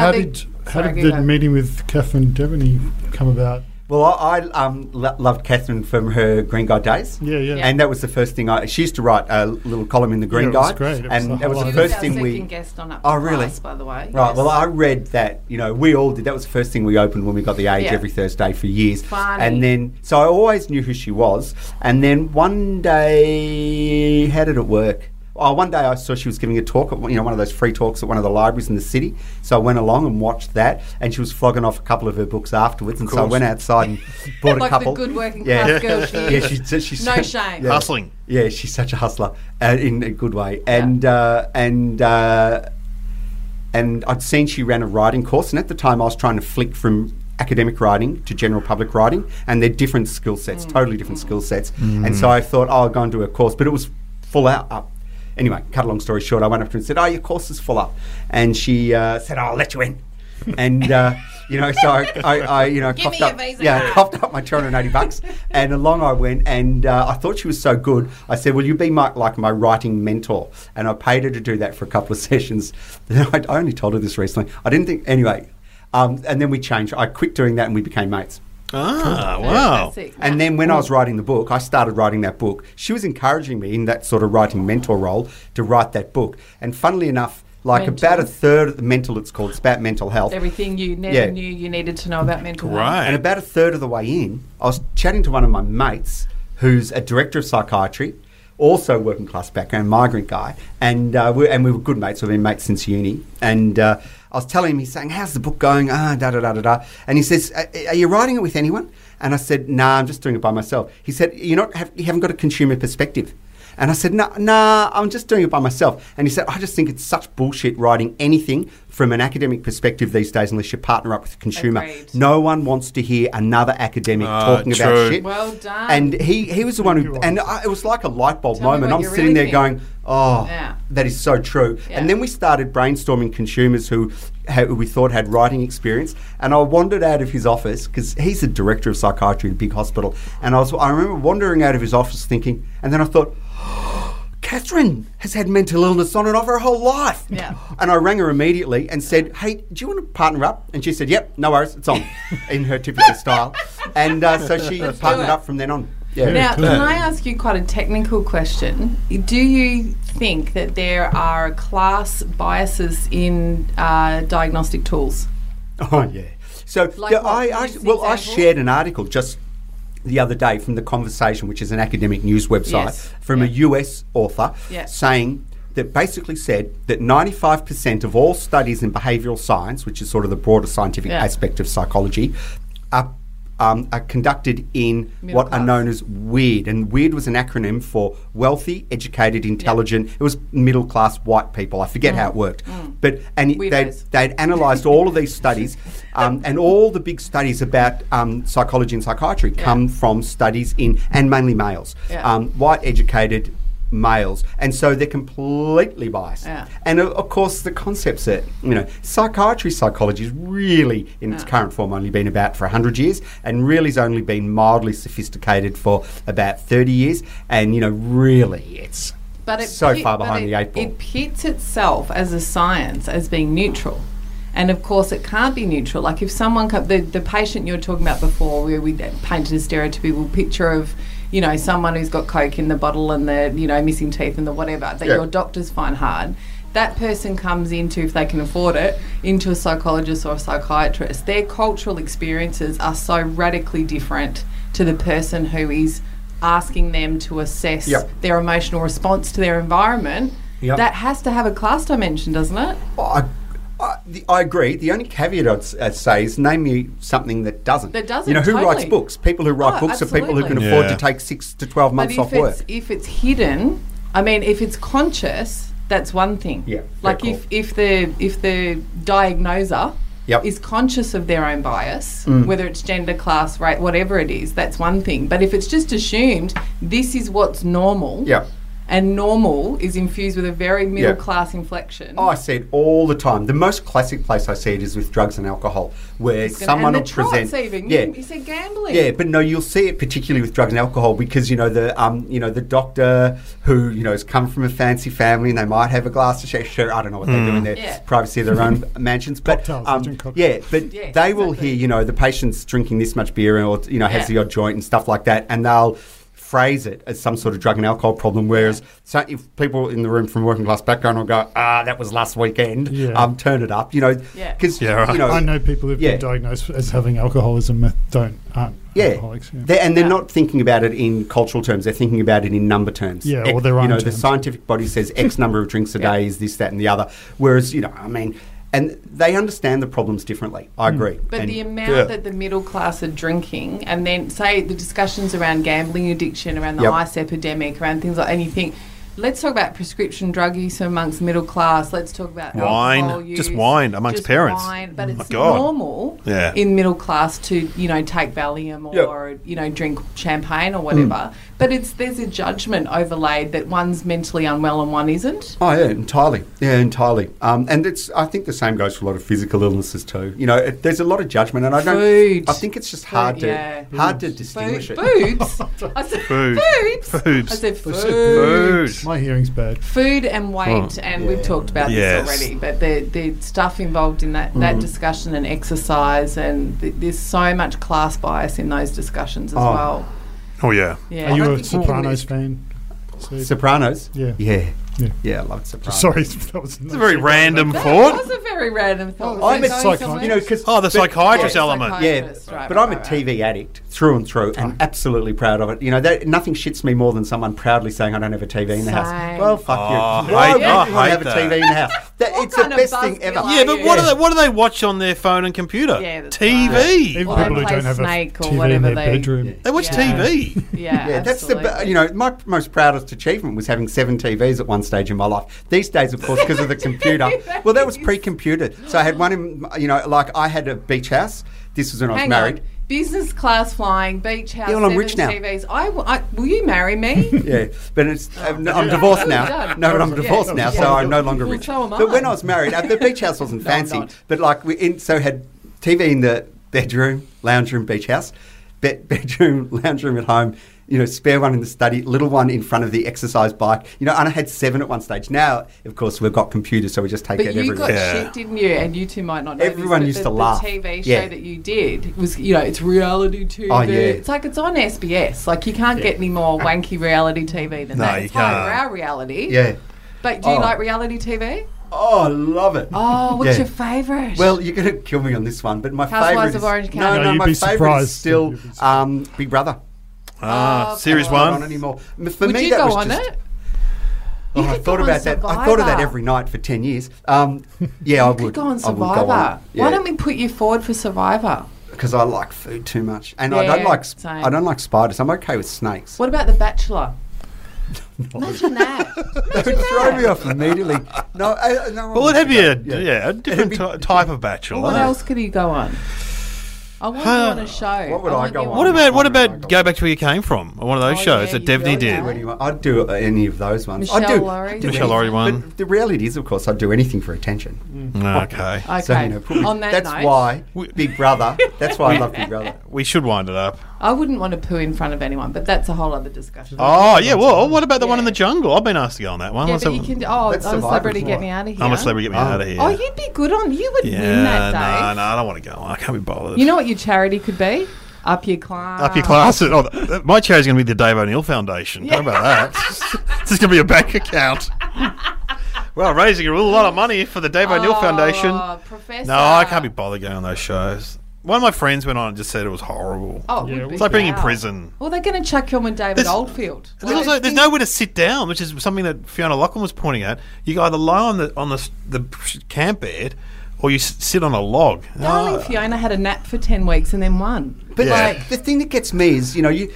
C: how
A: the-
C: did how
A: Sorry,
C: did
A: go
C: the
A: ahead.
C: meeting with Catherine Devaney come about?
D: Well, I, I um, lo- loved Catherine from her Green Guide days.
C: Yeah, yeah.
D: And that was the first thing I. She used to write a little column in the Green
C: Yeah, it was
D: Guide.
C: great. It was
D: and
C: the
D: that was the
C: highlight.
A: She was
D: first
A: our
D: thing we.
A: second guest on up
D: Oh,
A: for
D: really?
A: Class, by the way
D: Right.
A: Yes.
D: Well, I read that. You know, we all did. That was the first thing we opened when we got the Age
A: Yeah.
D: every Thursday for years.
A: Barney.
D: And then, so I always knew who she was. And then one day, how did it work? Oh, one day I saw she was giving a talk at one- you know one of those free talks at one of the libraries in the city. So I went along and watched that, and she was flogging off a couple of her books afterwards. and so I
B: course.
D: went outside and bought a
A: like
D: couple.
A: the good working
D: Yeah.
A: class girl she
D: Yeah,
A: is.
D: she's, she's
A: No shame.
D: Yeah.
B: Hustling.
D: Yeah, she's such a hustler uh, in a good way. And uh, and uh, and I'd seen she ran a writing course, and at the time I was trying to flick from academic writing to general public writing, and they're different skill sets,
A: Mm.
D: totally different skill sets. And so I thought, oh, I'll go and do a course, but it was full out up. Anyway, cut a long story short, I went up to her and said, "Oh, your course is full up," and she uh, said, "I'll let you in," and. Uh, You know, so I, I, I you know,
A: Give
D: coughed
A: me your
D: up,
A: visa
D: yeah,
A: card.
D: coughed popped up my 280 bucks and along I went and uh, I thought she was so good I said will you be my, like my writing mentor and I paid her to do that for a couple of sessions I, I only told her this recently I didn't think anyway um, and then we changed I quit doing that and we became mates
B: Ah, wow.
A: Fantastic.
D: and then when I was writing the book, I started writing that book. She was encouraging me in that sort of writing mentor role to write that book. And funnily enough, like
A: Mental.
D: about a third of the mental, it's called, it's about mental health.
A: everything you never
D: Yeah.
A: knew you needed to know about mental
B: Right.
A: health.
D: And about a third of the way in, I was chatting to one of my mates who's a director of psychiatry, also working class background, migrant guy, and uh, we and we were good mates. We've been mates since uni. And uh, I was telling him, he's saying, "How's the book going?" Ah, da da da da da. And he says, "Are are you writing it with anyone?" And I said, "Nah, I'm just doing it by myself." He said, "You're not. Have, you haven't got a consumer perspective." And I said, no, nah, I'm just doing it by myself. And he said, I just think it's such bullshit writing anything from an academic perspective these days unless you partner up with a consumer.
A: Agreed.
D: No one wants to hear another academic
B: Ah,
D: talking
B: true.
D: about shit.
A: Well done.
D: And he, he was the one who,
C: you,
D: and I, it was like a light bulb
A: Tell me
D: moment.
A: what
D: I'm
A: you
D: sitting
A: really
D: there
A: think.
D: going, oh,
A: Yeah.
D: that is so true.
A: Yeah.
D: And then we started brainstorming consumers who, ha- who we thought had writing experience. And I wandered out of his office because he's a director of psychiatry in a big hospital. And I was, I remember wandering out of his office thinking, and then I thought, Catherine has had mental illness on and off her whole life.
A: Yeah.
D: And I rang her immediately and said, Hey, do you want to partner up? And she said, Yep, no worries, it's on, in her typical style. And uh, so she partnered
A: it.
D: up from then on. Yeah.
A: Now, can I ask you quite a technical question? Do you think that there are class biases in uh, diagnostic tools?
D: Oh yeah. So
A: Like
D: yeah,
A: what?
D: I,
A: Can
D: I
A: you use an
D: well, I
A: example?
D: shared an article just the other day from the conversation, which is an academic news website
A: Yes.
D: from a US author,
A: Yeah.
D: saying that basically said that 95% of all studies in behavioural science, which is sort of the broader scientific
A: Yeah.
D: aspect of psychology, are um, are conducted in
A: Middle
D: what are
A: class.
D: known as WEIRD, and WEIRD was an acronym for wealthy, educated, intelligent. It was middle class white people. I forget
A: Mm.
D: how it worked, but and it- they
A: Weirdos.
D: they'd analysed all of these studies, um, and all the big studies about um, psychology and psychiatry come from studies in, and mainly males,
A: Yeah.
D: um, white educated males, and so they're completely biased.
A: Yeah.
D: And uh, of, of course, the concepts that you know, psychiatry psychology is really in its current form only been about for hundred years, and really's only been mildly sophisticated for about thirty years, and you know, really, it's
A: But it
D: so
A: pit-
D: far
A: but
D: behind
A: it-
D: the eight ball.
A: It pits itself as a science as being neutral. And of course, it can't be neutral. Like if someone, co- the, the patient you were talking about before, where we painted a stereotypical picture of, you know, someone who's got coke in the bottle and the, you know, missing teeth and the whatever that
D: Yeah.
A: your doctors find hard. That person comes into, if they can afford it, into a psychologist or a psychiatrist. Their cultural experiences are so radically different to the person who is asking them to assess
D: Yep.
A: their emotional response to their environment,
D: Yep.
A: that has to have a class dimension, doesn't it?
D: Oh, I, I, the, I agree. The only caveat I'd, s- I'd say is name me something that doesn't.
A: That doesn't,
D: You know, who
A: totally.
D: writes books? People who write
A: Oh,
D: books are people who can
A: absolutely.
D: afford to
B: Yeah.
D: take six to 12
A: But
D: months
A: if
D: off
A: it's
D: work.
A: if it's hidden, I mean, if it's conscious, that's one thing.
D: Yeah, very
A: Like
D: cool.
A: if if the if the diagnoser
D: Yep. Mm.
A: is conscious of their own bias, whether it's gender, class, rate, whatever it is, that's one thing. But if it's just assumed this is what's normal,
D: Yeah.
A: and normal is infused with a very middle class inflection.
D: Oh, I see it all the time. The most classic place I see it is with drugs and alcohol, where
A: It's gonna-
D: someone
A: and
D: will
A: the
D: present.
A: trots even.
D: Yeah,
A: You, you said gambling.
D: Yeah, but no, you'll see it particularly with drugs and alcohol because you know the um, you know the doctor who you know has come from a fancy family and they might have a glass of sure I don't know what they do in their
A: Yeah.
D: privacy of their own mansions, but
C: Hmm. Cocktails, they
D: um,
C: drink
D: yeah,
C: cocktails.
D: but
A: Yes,
D: they will
A: exactly.
D: hear you know the patient's drinking this much beer or you know has
A: Yeah.
D: the odd joint and stuff like that, and they'll phrase it as some sort of drug and alcohol problem whereas so if people in the room from working class background will go ah that was last weekend
C: Yeah.
D: um turn it up you know
A: Yeah.
D: because
B: Yeah, right.
D: you know
C: I know people who've
D: Oh, Yeah.
C: been diagnosed as having alcoholism that don't aren't
D: yeah.
C: alcoholics. Yeah.
D: They're- and they're
A: Yeah.
D: not thinking about it in cultural terms. They're thinking about it in number terms.
C: Yeah,
D: X-
C: or their
D: You
C: own
D: know, the
C: terms.
D: scientific body says X number of drinks a day is this, that, and the other. Whereas, you know, I mean, and they understand the problems differently.
C: Mm.
D: I agree.
A: But
D: And-
A: the amount
B: Yeah.
A: that the middle class are drinking, and then say the discussions around gambling addiction, around the
D: Yep.
A: ice epidemic, around things like, and you think, let's talk about prescription drug use amongst middle class. Let's talk about
B: Wine.
A: alcohol use,
B: Just wine amongst
A: just
B: parents.
A: Wine, but
B: Oh my
A: it's
B: God.
A: normal
B: Yeah.
A: in middle class to you know take Valium or,
D: Yep.
A: you know drink champagne or
B: Mm.
A: whatever. But it's there's a judgment overlaid that one's mentally unwell and one isn't.
D: Oh yeah, entirely. Yeah, entirely. Um, and it's. I think the same goes for a lot of physical illnesses too. You know, it, there's a lot of judgment, and I don't.
A: Food.
D: I think it's just hard to
A: yeah.
D: hard to
A: Food,
D: distinguish it.
A: boobs. I said
B: Food.
A: boobs.
B: Boobs.
A: I said
C: They
A: food.
C: said boobs. My hearing's bad.
A: food and weight, and we've talked about
B: Yes.
A: this already. But the the stuff involved in that,
D: Mm.
A: that discussion and exercise, and th- there's so much class bias in those discussions as
D: Oh.
A: well.
B: Oh yeah.
A: Yeah,
C: Are you
D: don't
C: a
D: think you can
C: Sopranos fan? Steve?
D: Sopranos.
C: Yeah.
D: Yeah.
C: Yeah.
D: Yeah, I loved Sopranos.
C: Sorry, that was
B: It's a very random
A: that
B: thought.
A: was a very random thought.
C: I
D: Oh,
A: Oh, So
C: meant
A: going
C: psycho-
A: somewhere-
D: You know, because
B: Oh, the psychiatrist
A: Yeah,
B: element.
A: psychiatrist.
D: Yeah,
A: right,
D: but
A: right,
D: I'm a
A: right, right.
D: TV addict through and through, and absolutely proud of it. You know, that, nothing shits me more than someone proudly saying, "I don't have a TV in the
A: Same.
D: house." Well, fuck
B: Oh,
D: you. Why
B: hate-
D: would
B: I
D: anyone
B: hate
D: have
B: that.
D: a TV in the house? That,
A: What
D: it's the
A: kind of
D: best thing
A: buzzkill
D: ever.
A: are
B: Yeah, but what do
A: Yeah.
B: they what do they watch on their phone and computer?
A: Yeah, that's
B: TV.
C: Even
A: Or
C: people
A: they
C: who
A: play
C: don't have a
A: Snake or
C: TV in
A: whatever
C: their
A: they-
C: bedroom.
B: They watch
A: Yeah. Oh,
B: TV.
A: Yeah,
D: Yeah, that's the be- you know my p- most proudest achievement was having seven TVs at one stage in my life. These days, of course, because of the computer. Well, that was pre-computer, so I had one in you know like I had a beach house. This was when I was
A: Hang
D: married.
A: on. Business class flying, beach house,
D: Yeah, well, I'm rich now.
A: seven TVs. I, w- I- will you marry me?
D: Yeah, but it's,
A: Oh,
D: I'm, I'm divorced now.
A: Done. Oh,
D: No, but I'm
A: Yeah.
D: divorced now, so
A: Yeah.
D: I'm no longer
A: Well,
D: rich.
A: so am
D: But when
A: I.
D: I was married, uh, the beach house wasn't
A: No, I'm
D: fancy,
A: not.
D: but like we in, so had TV in the bedroom, lounge room, beach house, be- bedroom, lounge room at home, you know, spare one in the study, little one in front of the exercise bike. You know, and I had seven at one stage. Now, of course, we've got computers, so we just take
A: But
D: it
A: you
D: everywhere.
A: got
B: Yeah.
A: shit, didn't you? And you two might not know.
D: Everyone
A: this,
D: used
A: but
D: to
A: the,
D: laugh.
A: The TV show
D: Yeah.
A: that you did was, you know, it's reality TV.
D: Oh, yeah.
A: It's like it's on SBS. Like you can't get any more wanky reality TV than
B: No,
A: that.
B: you
A: It's hard for
B: can't.
A: our reality.
D: yeah.
A: But do you
D: Oh.
A: like reality TV?
D: Oh, I love it.
A: Oh, what's
D: Yeah.
A: your favourite?
D: Well, you're going to kill me on this one, but my
A: Housewives
D: favourite
A: of
D: is
A: Orange
D: no,
A: County.
D: no,
C: No, you'd
D: my
C: be
D: favourite is
C: surprised.
D: still
C: You'd be surprised.
D: um, Big Brother.
B: Ah,
A: Oh,
B: series
A: come on.
D: Not on
B: one.
D: anymore. For
A: would
D: me,
A: you
D: that
A: go
D: was
A: on
D: just,
A: it?
D: Oh,
A: You
D: I
A: could
D: thought
A: go on
D: about that. I thought of that
A: Survivor.
D: every night for ten years. Um, yeah, I would.
A: Could go on
D: I
A: Survivor.
D: would go on.
A: Why don't we put you forward for Survivor?
D: Because I like food too much, and I
A: Yeah,
D: don't like. sp-
A: same.
D: I don't like spiders. I'm okay with snakes.
A: What about The Bachelor? Imagine that.
D: It would throw me off immediately. No, I, no.
B: Well, it'd be a
D: Yeah.
B: yeah, a different
D: It'd
B: ty type of bachelor.
A: what else could he go on? I want you on a show.
D: What would I
A: want
D: go
A: you
D: on?
B: What about what
D: Oh my
B: about
D: God.
B: go back to where you came from? One of those
A: Oh,
B: shows
A: yeah,
B: that
A: you
B: Devney
A: really
B: did.
A: are.
D: Anyway, I'd do any of those ones. I'd
A: Michelle
D: do,
A: Lowry?
D: I'd do
B: Michelle Lowry
D: anything.
B: won.
D: But the reality is, of course, I'd do anything for attention.
B: Mm, Okay,
A: Okay.
D: So, you know, put me-
A: on that
D: that's
A: note,
D: why
B: We-
D: Big Brother. That's why I love Big Brother.
B: we should wind it up.
A: I wouldn't want to poo in front of anyone, but that's a whole other discussion.
B: Oh yeah, well, what about the one in
A: Yeah.
B: the jungle? I've been asked to go on that one.
A: yeah,
B: What's
A: but
B: that
A: you
B: one?
A: can. Oh,
D: That's
A: I'm a
D: Survivor's
A: celebrity. Get
D: right.
A: me out of here.
B: I'm a celebrity. Get me
D: Oh.
B: out of here.
A: Oh, you'd be good on. You would
B: yeah,
A: win that,
B: no,
A: Dave.
B: no, I don't want to go on. I can't be bothered.
A: You know what your charity could be? Up your class.
B: Up your classes. Oh, th- th- my charity's going to be the Dave O'Neill Foundation. How about that? this is going to be a bank account. well, raising a real lot of money for the Dave O'Neill
A: Oh,
B: Foundation.
A: Professor.
B: No, I can't be bothered going on those shows. One of my friends went on and just said it was horrible.
A: Oh, it
C: Yeah,
A: would
C: it
A: be
B: it's like being in
A: wow.
B: prison.
A: Well, they're going to chuck you on with David
B: There's-
A: Oldfield.
B: There's, also, there's nowhere to sit down, which is something that Fiona Lachlan was pointing out. You either lie on the on the, s- the camp bed, or you s- sit on a log.
A: Darling
B: Oh,
A: Fiona had a nap for 10 weeks and then won.
D: But
B: Yeah.
D: like the thing that gets me is, you know, you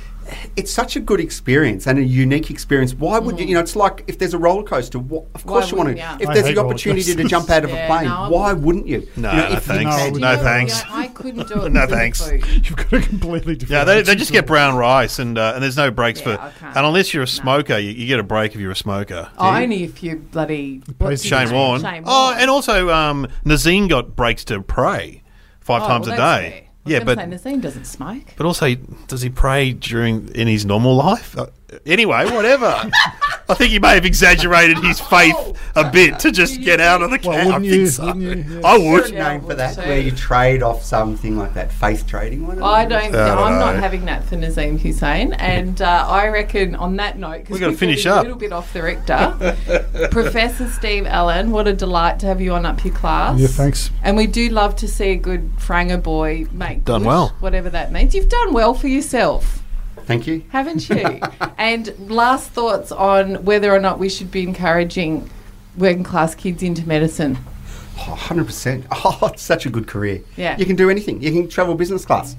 D: it's such a good experience and a unique experience. Why would you? You know, it's like if there's a roller coaster, wha- of course you want
A: Mm. wouldn't you?
D: to. If
C: I
D: there's
C: hate
D: the
C: roller
D: opportunity to
C: coasters.
D: jump out of
A: Yeah,
D: a plane,
A: no, I
D: why wouldn't you?
B: No,
D: you know,
B: no
D: if you
B: thanks.
D: had-
A: Do
C: No,
A: you
B: Oh, No
A: know,
B: thanks.
A: I, I couldn't do it.
B: No
A: with the
B: thanks.
A: food.
C: You've got a completely different.
B: Yeah, they, they
C: attitude
B: just
C: to
B: get
C: it.
B: brown rice, and uh, and there's no breaks
A: Yeah, I
B: for.
A: can't.
B: And unless you're a smoker, you, you get a break if you're a smoker.
A: Oh, only if you bloody. what's his
B: Shane
A: name?
B: Warne.
A: Shane
B: Oh,
A: Warne.
B: and also um, Nazine got breaks to pray five
A: Oh,
B: times
A: well,
B: a
A: that's
B: day.
A: fair. I was
B: Yeah,
A: gonna
B: but
A: say, Nazine doesn't smoke.
B: but also, does he pray during in his normal life? Uh, anyway, whatever. I think he may have exaggerated his
A: Oh.
B: faith a bit to just get out of the
C: Well,
B: camp. I
C: wouldn't
B: think
C: you-
B: so.
C: wouldn't you? Yeah.
B: I
D: What's
B: would.
D: the
A: Yeah, I
D: name for
A: would
D: that?
A: say.
D: Where you trade off something like that, faith trading. What is
A: I
D: it?
A: don't.
B: I don't
A: I'm not
B: know.
A: having that for Nazim Hussein, and uh, I reckon on that note, because
B: We've gotta finish
A: a
B: up.
A: little bit off the rector. Professor Steve Allen, what a delight to have you on up your class.
C: Yeah, thanks.
A: And we do love to see a good Franger boy make
B: Done
A: good,
B: well.
A: whatever that means. You've done well for yourself.
D: Thank you.
A: Haven't you? and last thoughts on whether or not we should be encouraging working class kids into medicine.
D: Oh, 100%. Oh, it's such a good career.
A: Yeah.
D: You can do anything. You can travel business class.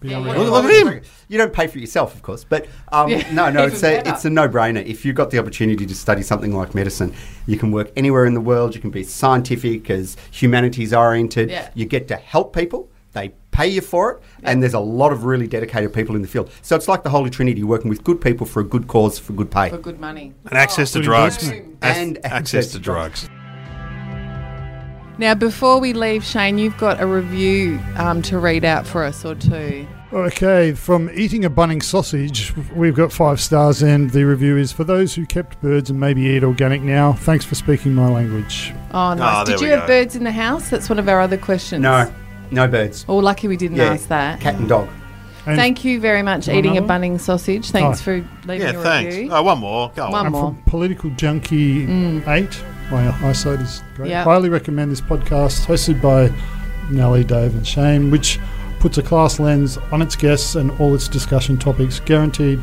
A: Yeah,
C: really
A: what-
B: Look, look at him.
D: You don't pay for it yourself, of course, but um,
A: Yeah,
D: no, no,
A: even
D: it's a,
A: better.
D: it's a no brainer. If you've got the opportunity to study something like medicine, you can work anywhere in the world. You can be scientific, as humanities oriented.
A: Yeah.
D: You get to help people. They pay you for it, and there's a lot of really dedicated people in the field. So it's like the Holy Trinity: working with good people for a good cause for good pay.
A: for good money.
B: And access to
C: Including
B: drugs.
A: boom.
B: And
D: And
B: access to drugs.
A: Now, before we leave, Shane, you've got a review um, to read out for us or two.
C: Okay, from eating a bunning sausage, we've got five stars, and the review is for those who kept birds and maybe eat organic now. Thanks for speaking my language.
A: Oh, nice.
B: Ah, there
A: Did
B: we
A: you
B: go.
A: have birds in the house? That's one of our other questions.
D: No, no birds.
A: Oh, lucky we didn't
D: Yeah.
A: ask that.
D: Cat and dog.
C: And
A: Thank you very much,
C: Want
A: eating a
C: another
A: bunning sausage. Thanks
C: Oh.
A: for leaving
B: Yeah,
A: a
B: thanks.
A: review.
B: Oh, one more. Go
A: One
B: on.
C: I'm
A: more. Mm.
C: from Political Junkie 8. My eyesight is great.
A: Yep.
C: Highly recommend this podcast hosted by Nellie, Dave, and Shane, which puts a class lens on its guests and all its discussion topics. Guaranteed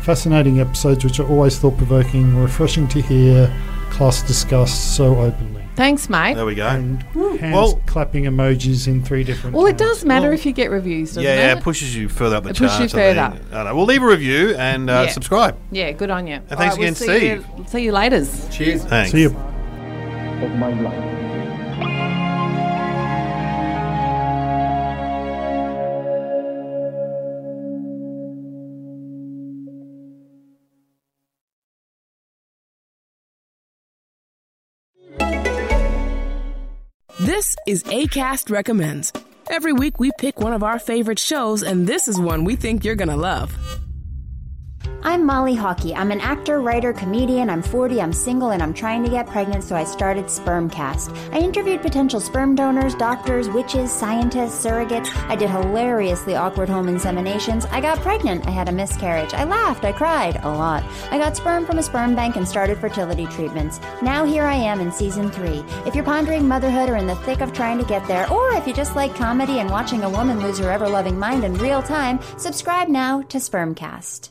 C: fascinating episodes which are always thought provoking, refreshing to hear, class discussed so openly.
A: Thanks, mate.
B: There we go.
C: And hands
B: Well-
C: clapping emojis in three different.
A: Well, it
C: channels.
A: does matter
B: Well,
A: if you get reviews, doesn't
B: yeah, yeah,
A: it?
B: it pushes you further up the
A: It
B: chart.
A: pushes you further.
B: We'll leave a review and uh,
A: Yeah.
B: subscribe.
A: yeah, good on you.
B: And thanks
A: All right,
B: again,
A: we'll see You, see you later.
D: Cheers.
B: Thanks.
C: See you.
E: of my life.
F: This is ACAST Recommends. Every week we pick one of our favorite shows, and this is one we think you're gonna love.
G: I'm Molly Hockey. I'm an actor, writer, comedian. I'm 40, I'm single, and I'm trying to get pregnant, so I started Spermcast. I interviewed potential sperm donors, doctors, witches, scientists, surrogates. I did hilariously awkward home inseminations. I got pregnant. I had a miscarriage. I laughed. I cried. A lot. I got sperm from a sperm bank and started fertility treatments. Now here I am in season three. If you're pondering motherhood or in the thick of trying to get there, or if you just like comedy and watching a woman lose her ever loving mind in real time, subscribe now to Spermcast.